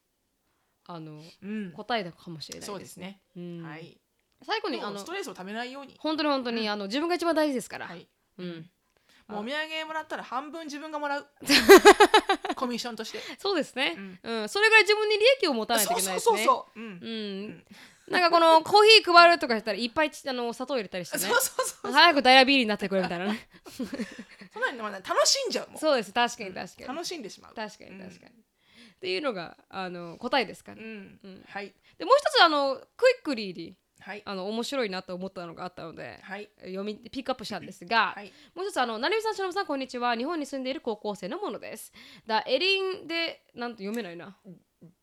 S1: あの
S2: うんうん
S1: 答えだかもしれない
S2: そう
S1: で
S2: ですすね。
S1: うん
S2: はい。
S1: 最後
S2: で
S1: にあ
S2: も
S1: の
S2: ストレスをためないように。
S1: 本当に本当に、あの自分が一番大事ですから、
S2: はい。
S1: うん、
S2: もうお土産もらったら半分自分がもら う。コミッションとして。
S1: そうですね
S2: う、ん
S1: うんそれぐらい自分に利益を持たないといけないです
S2: そうそう
S1: ね
S2: そう。うん。
S1: うんなんかこのコーヒー配るとかしたらいっぱいちあの砂糖入れたりして
S2: そう
S1: ね
S2: そうそう。
S1: 早くダイヤビールになってくれみたいなね
S2: そんなにまだ楽しんじゃうもん。
S1: そうです確かに確かに
S2: 楽しんでしまう。
S1: 確かに
S2: うん
S1: 確かに、っていうのがあの答えですかね、
S2: うん
S1: うん。
S2: はい。
S1: でもう一つあのクイックリーに
S2: はい。
S1: あの面白いなと思ったのがあったので、
S2: はい。
S1: 読みピックアップしたんですが、
S2: はい。
S1: もう一つあの成美さん、しのぶさん、こんにちは。日本に住んでいる高校生のものです。だエリンで、なんて読めないな。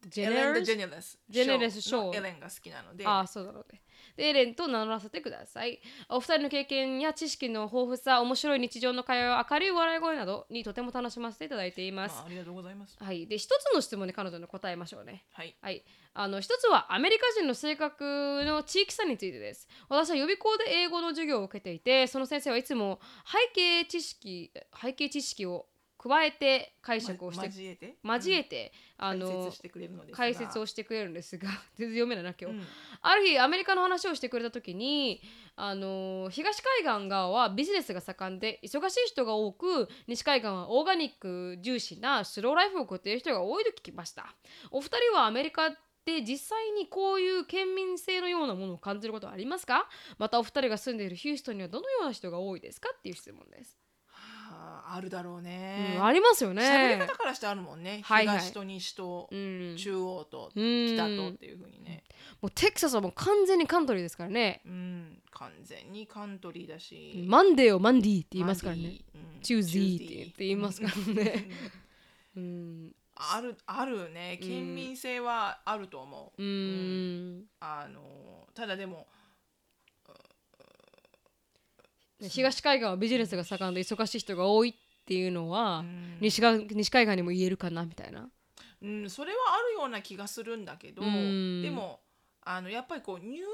S1: ジェ
S2: エ
S1: ネ
S2: レ
S1: ラ
S2: ン・ジェ
S1: ル
S2: ネレス。
S1: ジェネレスショー
S2: のエレンが好きなので。
S1: ああ、そうなので。で、エレンと名乗らせてください。お二人の経験や知識の豊富さ、面白い日常の会話、明るい笑い声などにとても楽しませていただいています
S2: まあ。ありがとうございます。
S1: はい。で、一つの質問に彼女の答えましょうね。
S2: はい。
S1: はい、あの一つはアメリカ人の性格の地域差についてです私は予備校で英語の授業を受けていてその先生はいつも背景知識背景知識を加えて解釈をし
S2: ま
S1: て、
S2: 交えて。
S1: 交え
S2: て。
S1: て、あ
S2: 解
S1: の
S2: 説してくれるのですが。
S1: 解説をしてくれるんですが全然読めないな今
S2: う
S1: 日、
S2: ん。
S1: ある日アメリカの話をしてくれた時にあの東海岸側はビジネスが盛んで忙しい人が多く西海岸はオーガニック重視なスローライフを送っている人が多いと聞きましたお二人はアメリカで実際にこういう県民性のようなものを感じることはありますかまたお二人が住んでいるヒューストンにはどのような人が多いですかっていう質問です、
S2: はああるだろう
S1: う
S2: ね
S1: ん、。ありますよ
S2: 喋り
S1: ね
S2: 方からしてあるもんね、
S1: はいはい
S2: 東と西と
S1: うん
S2: 中央と
S1: うん
S2: 北とっていうふうにね、
S1: もうテキサスはもう完全にカントリーですからね
S2: うん完全にカントリーだし、
S1: マンデーをマンディーって言いますから
S2: マ
S1: ね
S2: ンディうん
S1: チューズィーって言って言いますから
S2: う
S1: ね
S2: ん
S1: うん
S2: あるあるね
S1: うん
S2: 県民性はあると思う、
S1: うーん
S2: あのただでも
S1: ね東海岸はビジネスが盛んで忙しい人が多いっていうのは、
S2: うん
S1: 西が西海岸にも言えるかなみたいな。
S2: うん、それはあるような気がするんだけど、
S1: うん
S2: でもあのやっぱりこうニューヨー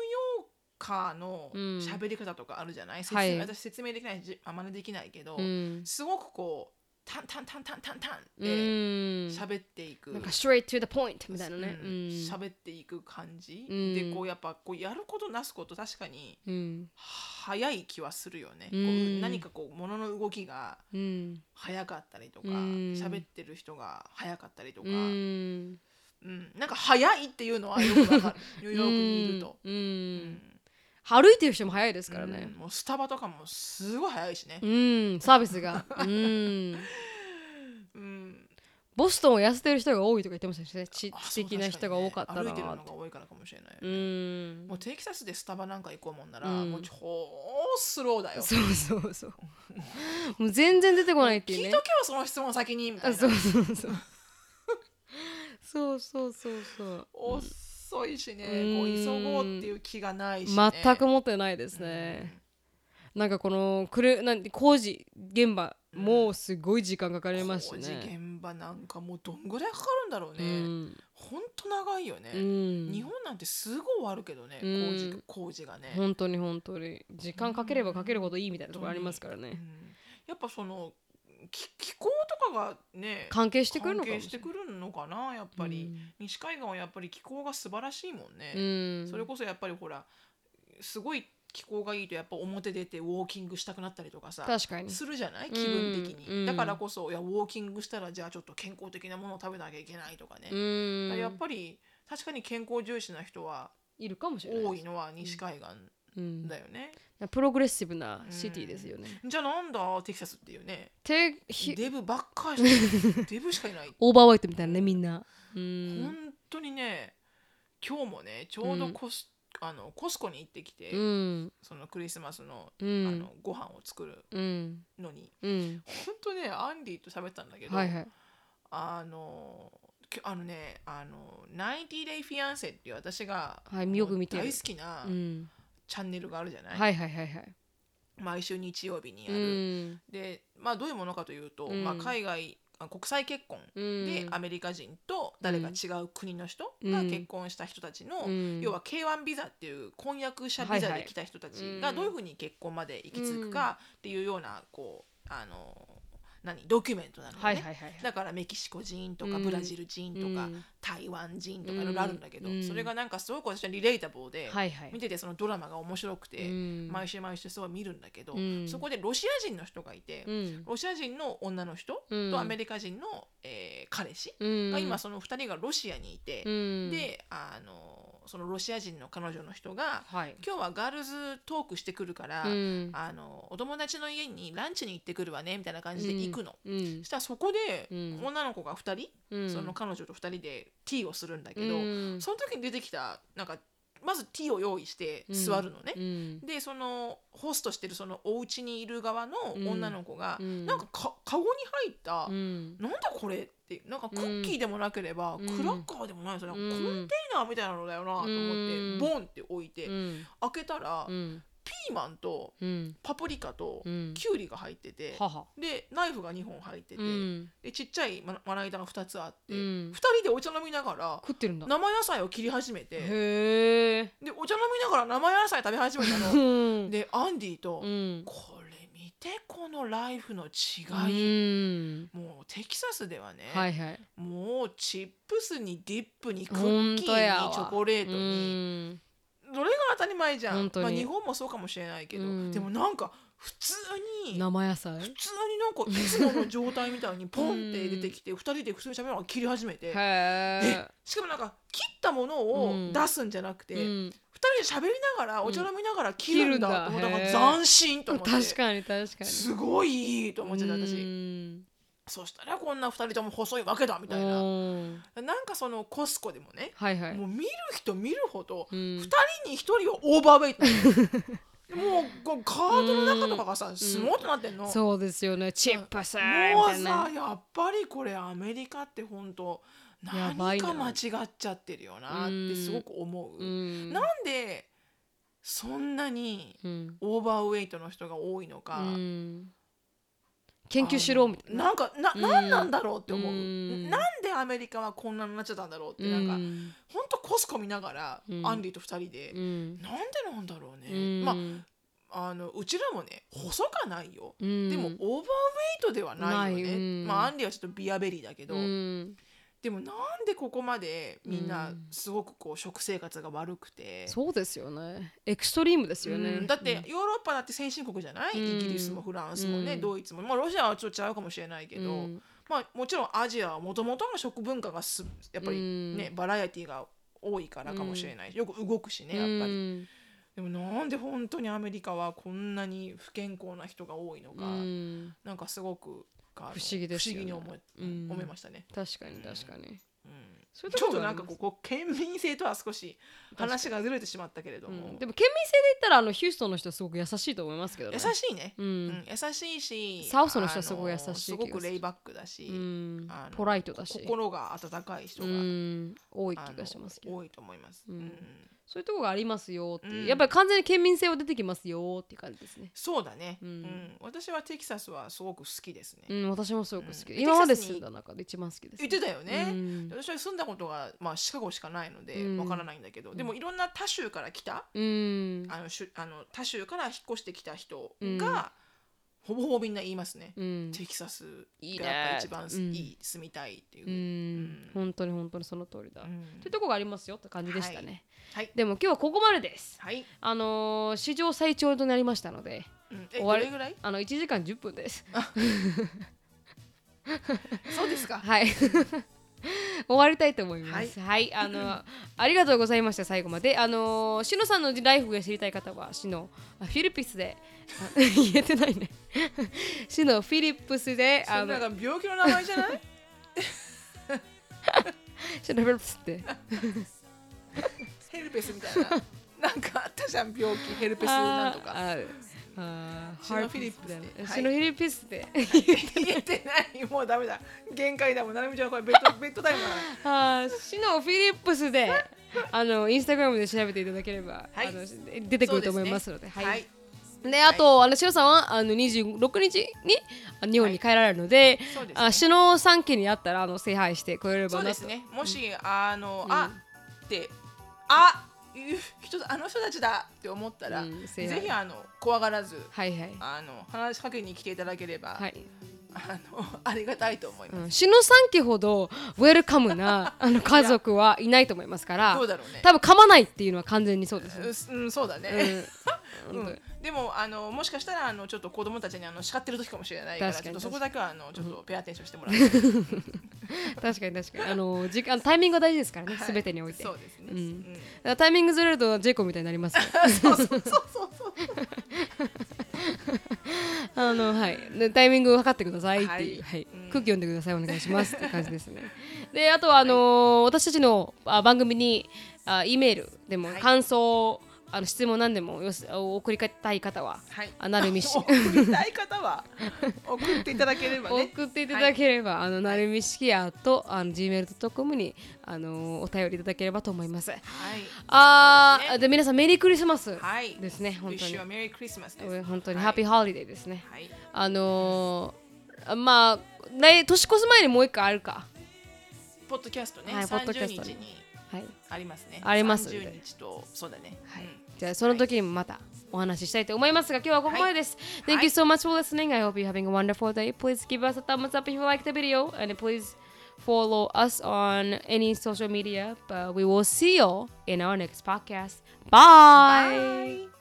S2: カーの
S1: うん
S2: 喋り方とかあるじゃない、説
S1: は
S2: 明
S1: い
S2: 私説明できないしあまりできないけど、
S1: うん
S2: すごくこうタンタンタンタンタンタン
S1: う
S2: って
S1: ん
S2: 喋っていく、
S1: なんか straight to the point みたいなね。
S2: う
S1: うんん
S2: 喋っていく感じ、
S1: うん
S2: でこうやっぱこうやることなすこと確かに
S1: うん
S2: 早い気はするよね、
S1: うん
S2: こう何かこう物の動きが
S1: うん
S2: 早かったりとか
S1: うん
S2: 喋、ってる人が早かったりとか、
S1: うんうん
S2: うん、なんか早いっていうのはよくわかる ニューヨークにいると、
S1: う
S2: うん
S1: ん歩いてる人も早いですからね
S2: うん。もうスタバとかもすごい早いしね
S1: う、ん、サービスが。うん。
S2: うん、
S1: ボストンを痩せてる人が多いとか言ってましたしね。知
S2: あ
S1: 知的な人が多かった
S2: そう
S1: な
S2: 確かにね歩いてる
S1: っ
S2: の
S1: て
S2: が。多いからかもしれない、
S1: うん
S2: も。うテキサスでスタバなんか行こうもんなら、
S1: うん
S2: もう超スローだよ
S1: そうそうそう。もう全然出てこないってい
S2: 聞
S1: う
S2: い
S1: ね
S2: と。けよその質問先にみたい
S1: あ、
S2: な
S1: そうそうそう。そうそうそうそう。
S2: 遅いしね、
S1: うん
S2: こう急ごうっていう気がないし、ね、
S1: 全く持ってないですね。なんかこのくるなんて工事現場もうすごい時間かか
S2: あ
S1: りますし
S2: 工事
S1: ね。
S2: 現場なんかもうどんぐらいかかるんだろう
S1: う
S2: ね、
S1: ん。
S2: ほんと長いよね、
S1: うん
S2: 日本なんてすごい終わるけどね、
S1: うん
S2: 工事工事がね、
S1: 本当に本当に時間かければかけるほどいいみたいなところありますから
S2: うん
S1: ね。
S2: やっぱその気気候とかがね
S1: 関係してくるのかも
S2: 関係
S1: し
S2: して
S1: れない。
S2: くるのかなやっぱり、西海岸はやっぱり気候が素晴らしいもん
S1: う
S2: ね、
S1: ん。
S2: それこそやっぱりほらすごい気候がいいとやっぱ表出てウォーキングしたくなったりとかさ
S1: 確かに。
S2: するじゃない気分的に、
S1: うんうん
S2: だからこそいやウォーキングしたらじゃあちょっと健康的なものを食べなきゃいけないとかね、
S1: う
S2: だからやっ
S1: ん。
S2: ぱり確かに健康重視な人はい
S1: るかもしれない。
S2: 多いのは西海岸
S1: うん。
S2: だよね、
S1: プログレッシブなシティですよね。
S2: じゃあなんだテキサスっていうね
S1: てひ
S2: デブばっかりして るデブしかいない
S1: オーバーワイトみたいなねみんな。う
S2: 本
S1: ん。
S2: 当にね今日もねちょうどコス,、あのコスコに行ってきて、
S1: うん。
S2: そのクリスマスの,、
S1: う
S2: あ
S1: ん。
S2: のご飯を作る
S1: うん。
S2: のに
S1: うん。
S2: 本当ねアンディと喋ったんだけど、
S1: はいはい。
S2: あのきあのねあの「90 Day Fiance」っていう私が
S1: はいよく見てる
S2: 大好きな
S1: うん。
S2: チャンネルがあるじゃない、
S1: はいはいはいはい。
S2: 毎週日曜日にや
S1: う
S2: る、
S1: ん。
S2: で、まあ、どういうものかというと、
S1: うん
S2: まあ、海外あ国際結婚
S1: うん。
S2: でアメリカ人と誰か違う国の人が
S1: うん
S2: 結婚した人たちの、
S1: うん
S2: 要は K1 ビザっていう婚約者ビザ
S1: はいは
S2: で
S1: い
S2: 来た人たち
S1: うん
S2: がどういうふうに結婚まで行き着くかっていうようなこうあの何ドキュメントなのね、
S1: はいはいはいはい。
S2: だからメキシコ人とか
S1: うん
S2: ブラジル人とか、
S1: うん
S2: 台湾人と
S1: う
S2: か
S1: ん
S2: いろいろあるんだけど、
S1: うん
S2: それがなんかすごく私はリレータブルで、
S1: はいはい
S2: 見。ててそのドラマが面白くて、
S1: うん
S2: 毎週毎週すごい見るんだけど、
S1: うん
S2: そこでロシア人の人がいて、
S1: うん。
S2: ロシア人の女の人
S1: うん
S2: とアメリカ人の、えー彼氏
S1: うん
S2: が今その2人がロシアにいて、
S1: うん、
S2: であのそのロシア人の彼女の人が
S1: はい
S2: 「今日はガールズトークしてくるから、
S1: うん
S2: あのお友達の家にランチに行ってくるわね」みたいな感じで行くの。
S1: うん
S2: そしたらそこで
S1: うん
S2: 女の子が2人、
S1: うん、
S2: その彼女と2人でティーをするんだけど、
S1: うん
S2: その時に出てきたなんかまずティーを用意して座るのね。
S1: うん
S2: でそのホストしてるそのお家にいる側の女の子が、
S1: うん
S2: なんかかカゴに入った、
S1: うん
S2: なんだこれってなんかクッキーでもなければ、
S1: うん
S2: クラッカーでもないんですよ、
S1: うん
S2: コンテイナーみたいなのだよなと思って、
S1: うん
S2: ボンって置いて、
S1: うん
S2: 開けたら、
S1: うん
S2: ピーマンと
S1: うん
S2: パプリカと
S1: うん
S2: キュウリが入ってて、
S1: はは
S2: でナイフが2本入ってて、
S1: うん
S2: でちっちゃいままな板が2つあって、
S1: う
S2: 二
S1: ん
S2: 2人でお茶飲みながら
S1: 食ってるんだ
S2: 生野菜を切り始めて
S1: へえ
S2: でお茶飲みながら生野菜食べ始めた
S1: う
S2: の。
S1: ん
S2: でアンディと、
S1: うん
S2: これ見てこのライフの
S1: う
S2: 違い、
S1: ん
S2: もうテキサスではね、
S1: はいはい
S2: もうチップスにディップにクッ
S1: 本
S2: キ
S1: 当や
S2: ー
S1: わ
S2: にチョコレー
S1: う
S2: トに
S1: ん
S2: どれが当たり前じゃん
S1: 本当に
S2: まあ、日本もそうかもしれないけど、
S1: うん
S2: でもなんか普通に普
S1: 生野菜
S2: 通になんかいつもの状態みたいにポンって出てきて2人で普通に喋るのが切り始めて、
S1: へえ
S2: しかもなんか切ったものを出すんじゃなくて、
S1: う
S2: 二2
S1: ん
S2: 人で喋りながらお茶飲みながら切るんだ,、
S1: 切るんだ
S2: と思った
S1: へ
S2: か
S1: え
S2: ら斬新と思って
S1: 確かに確かに
S2: すごいいいと思っちゃった私。
S1: うん
S2: そしたらこんな2人とも細いわけだみたいな
S1: うん
S2: なんかそのコスコでもね、
S1: はいはい
S2: もう見る人見るほど
S1: うん
S2: 2人に1人はオーバーウェイト なのもうこうカートの中とかがさすごいとなってんの、も
S1: そうですよねチップスみたいな
S2: う
S1: ね
S2: さやっぱりこれアメリカって本当
S1: や
S2: 何
S1: ばいな
S2: か間違っちゃってるよなってすごく思う、
S1: うん
S2: なんでそんなに
S1: うん
S2: オーバーウェイトの人が多いのか、
S1: うん研究しろみたいな。
S2: なんかななんなんだろうって思う、
S1: うん
S2: なんでアメリカはこんなになっちゃったんだろうって、なんか
S1: ん
S2: ほんとコスコ見ながら、
S1: うん
S2: アンディと二人で、
S1: うん
S2: なんでなんだろうね、
S1: うん
S2: まああのうちらもね細かないよ、
S1: うん
S2: でもオーバーウェイトではないよね
S1: ないうん
S2: まあアンディはちょっとビアベリーだけど、
S1: うん
S2: でもなんでここまでみんな
S1: うん
S2: すごくこう食生活が悪くて、
S1: そうですよね。エクストリームですよね。
S2: うんだってヨーロッパだって先進国じゃない、
S1: うん
S2: イギリスもフランスもね、
S1: うん
S2: ドイツも、まあ、ロシアはちょっと違うかもしれないけ
S1: う
S2: ど、
S1: ん、
S2: まあ、もちろんアジアはもともとの食文化がすやっぱり、ねバラエティが多いからかもしれないよく動くしね
S1: うん、
S2: やっぱり、
S1: り。
S2: でもなんで本当にアメリカはこんなに不健康な人が多いのか、
S1: うん、
S2: なんかすごくあの
S1: 不思議ですよね
S2: 不思議に思え
S1: うん
S2: 思いましたね、
S1: 確かに確かに。
S2: うん
S1: そういう
S2: ちょっ
S1: ことろが
S2: な
S1: あ
S2: んか
S1: ります
S2: ここ県民性とは少し話がずれてしまったけれども、
S1: うんでも県民性で言ったらあのヒューストンの人はすごく優しいと思いますけどね。
S2: 優しいね、
S1: う
S2: うん
S1: ん
S2: 優しいし
S1: サウスの人はすごい優しい気がす
S2: す
S1: る
S2: ごくレイバックだし、
S1: うん
S2: あの
S1: ポライトだし、
S2: 心が温かい人
S1: う
S2: が、
S1: ん、多い気
S2: あの
S1: がしますけど
S2: 多いと思います、
S1: うん
S2: うん
S1: そういうところがありますよっていう、
S2: うん
S1: やっぱり完全に県民性は出てきますよっていう感じですね。
S2: そうだね、
S1: う
S2: うんん私はテキサスはすごく好きですね、
S1: うん、私もすごく好き、
S2: うん
S1: 今まで
S2: テキサス
S1: 住
S2: に
S1: んだ中で一番好きで
S2: 言
S1: す。
S2: ってたよね、
S1: うん
S2: 私は住んだことが、まあ、シカゴしかないので
S1: うん
S2: わからないんだけど、でもいろんな他州から来た
S1: うん
S2: あのしゅあの他州から引っ越してきた人
S1: うん
S2: が、ほぼほぼみんな言いますね、
S1: うん
S2: テキサスが
S1: いいね
S2: やっぱ一番す
S1: うん
S2: いい住みたいっていう
S1: う
S2: うん
S1: ん、本当に本当にその通りだ。
S2: は
S1: と、いうところがありますよって感じでしたね。
S2: い
S1: でも今日はここまでです。
S2: はい、
S1: あのー史上最長となりましたので、
S2: うん、え
S1: 終
S2: ど
S1: わり
S2: れぐらい
S1: あの1時間10分です。
S2: そうですか
S1: はい。 終わりたいと思います。はい、あの、ありがとうございました。最後まで、あのー、しのさんのライフが知りたい方は、しの、あフィリピスで。あ 言えてないね。しのフィリップスで、
S2: そ
S1: あ
S2: れなん
S1: の、
S2: か病気の名前じゃ ない
S1: しのフィリップスで。
S2: ヘルペスみたいな なんかあったじゃん病気ヘルペスなんとか
S1: あー。あー
S2: シノフィリップスで
S1: ハ
S2: は
S1: ー
S2: い
S1: スでシノフィリップスで。
S2: 言えてないもうダメだ限界だもんなるみちゃんこれベッ ドベッドタイムだな
S1: あーシノフィリップスで。あのインスタグラムで調べていただければ、
S2: はい
S1: あの出てくると思いますので、
S2: はい、
S1: で、あと、あの、しのさんは、あの、26日にあ日本に帰られるので、
S2: そうですね
S1: あ首脳三家にあったら、あの、聖杯してくれれ
S2: そ
S1: ば
S2: う
S1: な
S2: で
S1: と。
S2: すねもし、あの、あってあいう人あの人たちだって思ったら、
S1: うんせ
S2: ぜ
S1: や
S2: ひあの怖がらず
S1: はいはい。
S2: あの話しかけに来ていただければ、
S1: はい。
S2: あのありがたいと思います、
S1: うん首脳三家ほど、ウェルカ ムな、あの、家族はいないと思いますから
S2: どう、だろうね
S1: 多分噛まないっていうのは完全にそうですね。
S2: ううんそうだね、
S1: うん
S2: うん、でもあのもしかしたらあのちょっと子供たちにあの叱ってる時かもしれないから
S1: 確か
S2: ちょ
S1: に
S2: っとそこだけはあのちょっとペアアテンションしてもらって、
S1: 確かに確かに。あの、時間、タイミングが大事ですからね、
S2: はい
S1: すべてにおいて。
S2: そうですね、
S1: うん
S2: うん
S1: だからタイミングずれるとジェイコみたいになりますよ
S2: そうそうそうそうそう
S1: あのはいでタイミングを測ってくださいっていう、は
S2: はいいうん
S1: 空気読んでくださいお願いしますっていう感じですね であとはあのー私たちのあ番組にあ E メールでも
S2: はい
S1: 感想、あの質問何でもよしお送りたい方は、
S2: はい
S1: あなるみし
S2: 送りたい方は送っていただければね
S1: 送っていただければ、あのなるみしきやとあの gmail.com にあのーお便りいただければと思います
S2: はい
S1: あ
S2: そう
S1: ー
S2: です
S1: で,、
S2: ね
S1: 皆さんメリークリスマス
S2: はい
S1: ですね、本当
S2: Wish
S1: に
S2: you a Merry Christmas です
S1: 本当に、
S2: はい
S1: ハッピーホリデーですね、
S2: はい
S1: あのーあまあ来年越す前にもう一回あるか、
S2: ポッドキャストね、
S1: はいポッドキャ
S2: 30
S1: スト
S2: 日
S1: ね
S2: に
S1: はい
S2: ありますね
S1: ありますんで
S2: 30日とそうだね
S1: はい
S2: うん
S1: じゃあその時にもまたお話ししたいと思いますが今日はここまでです、
S2: はい
S1: Thank you so much for listening I hope you're having a wonderful day Please give us a thumbs up if you like the video and please follow us on any social media but we will see you in our next podcast Bye.
S2: Bye.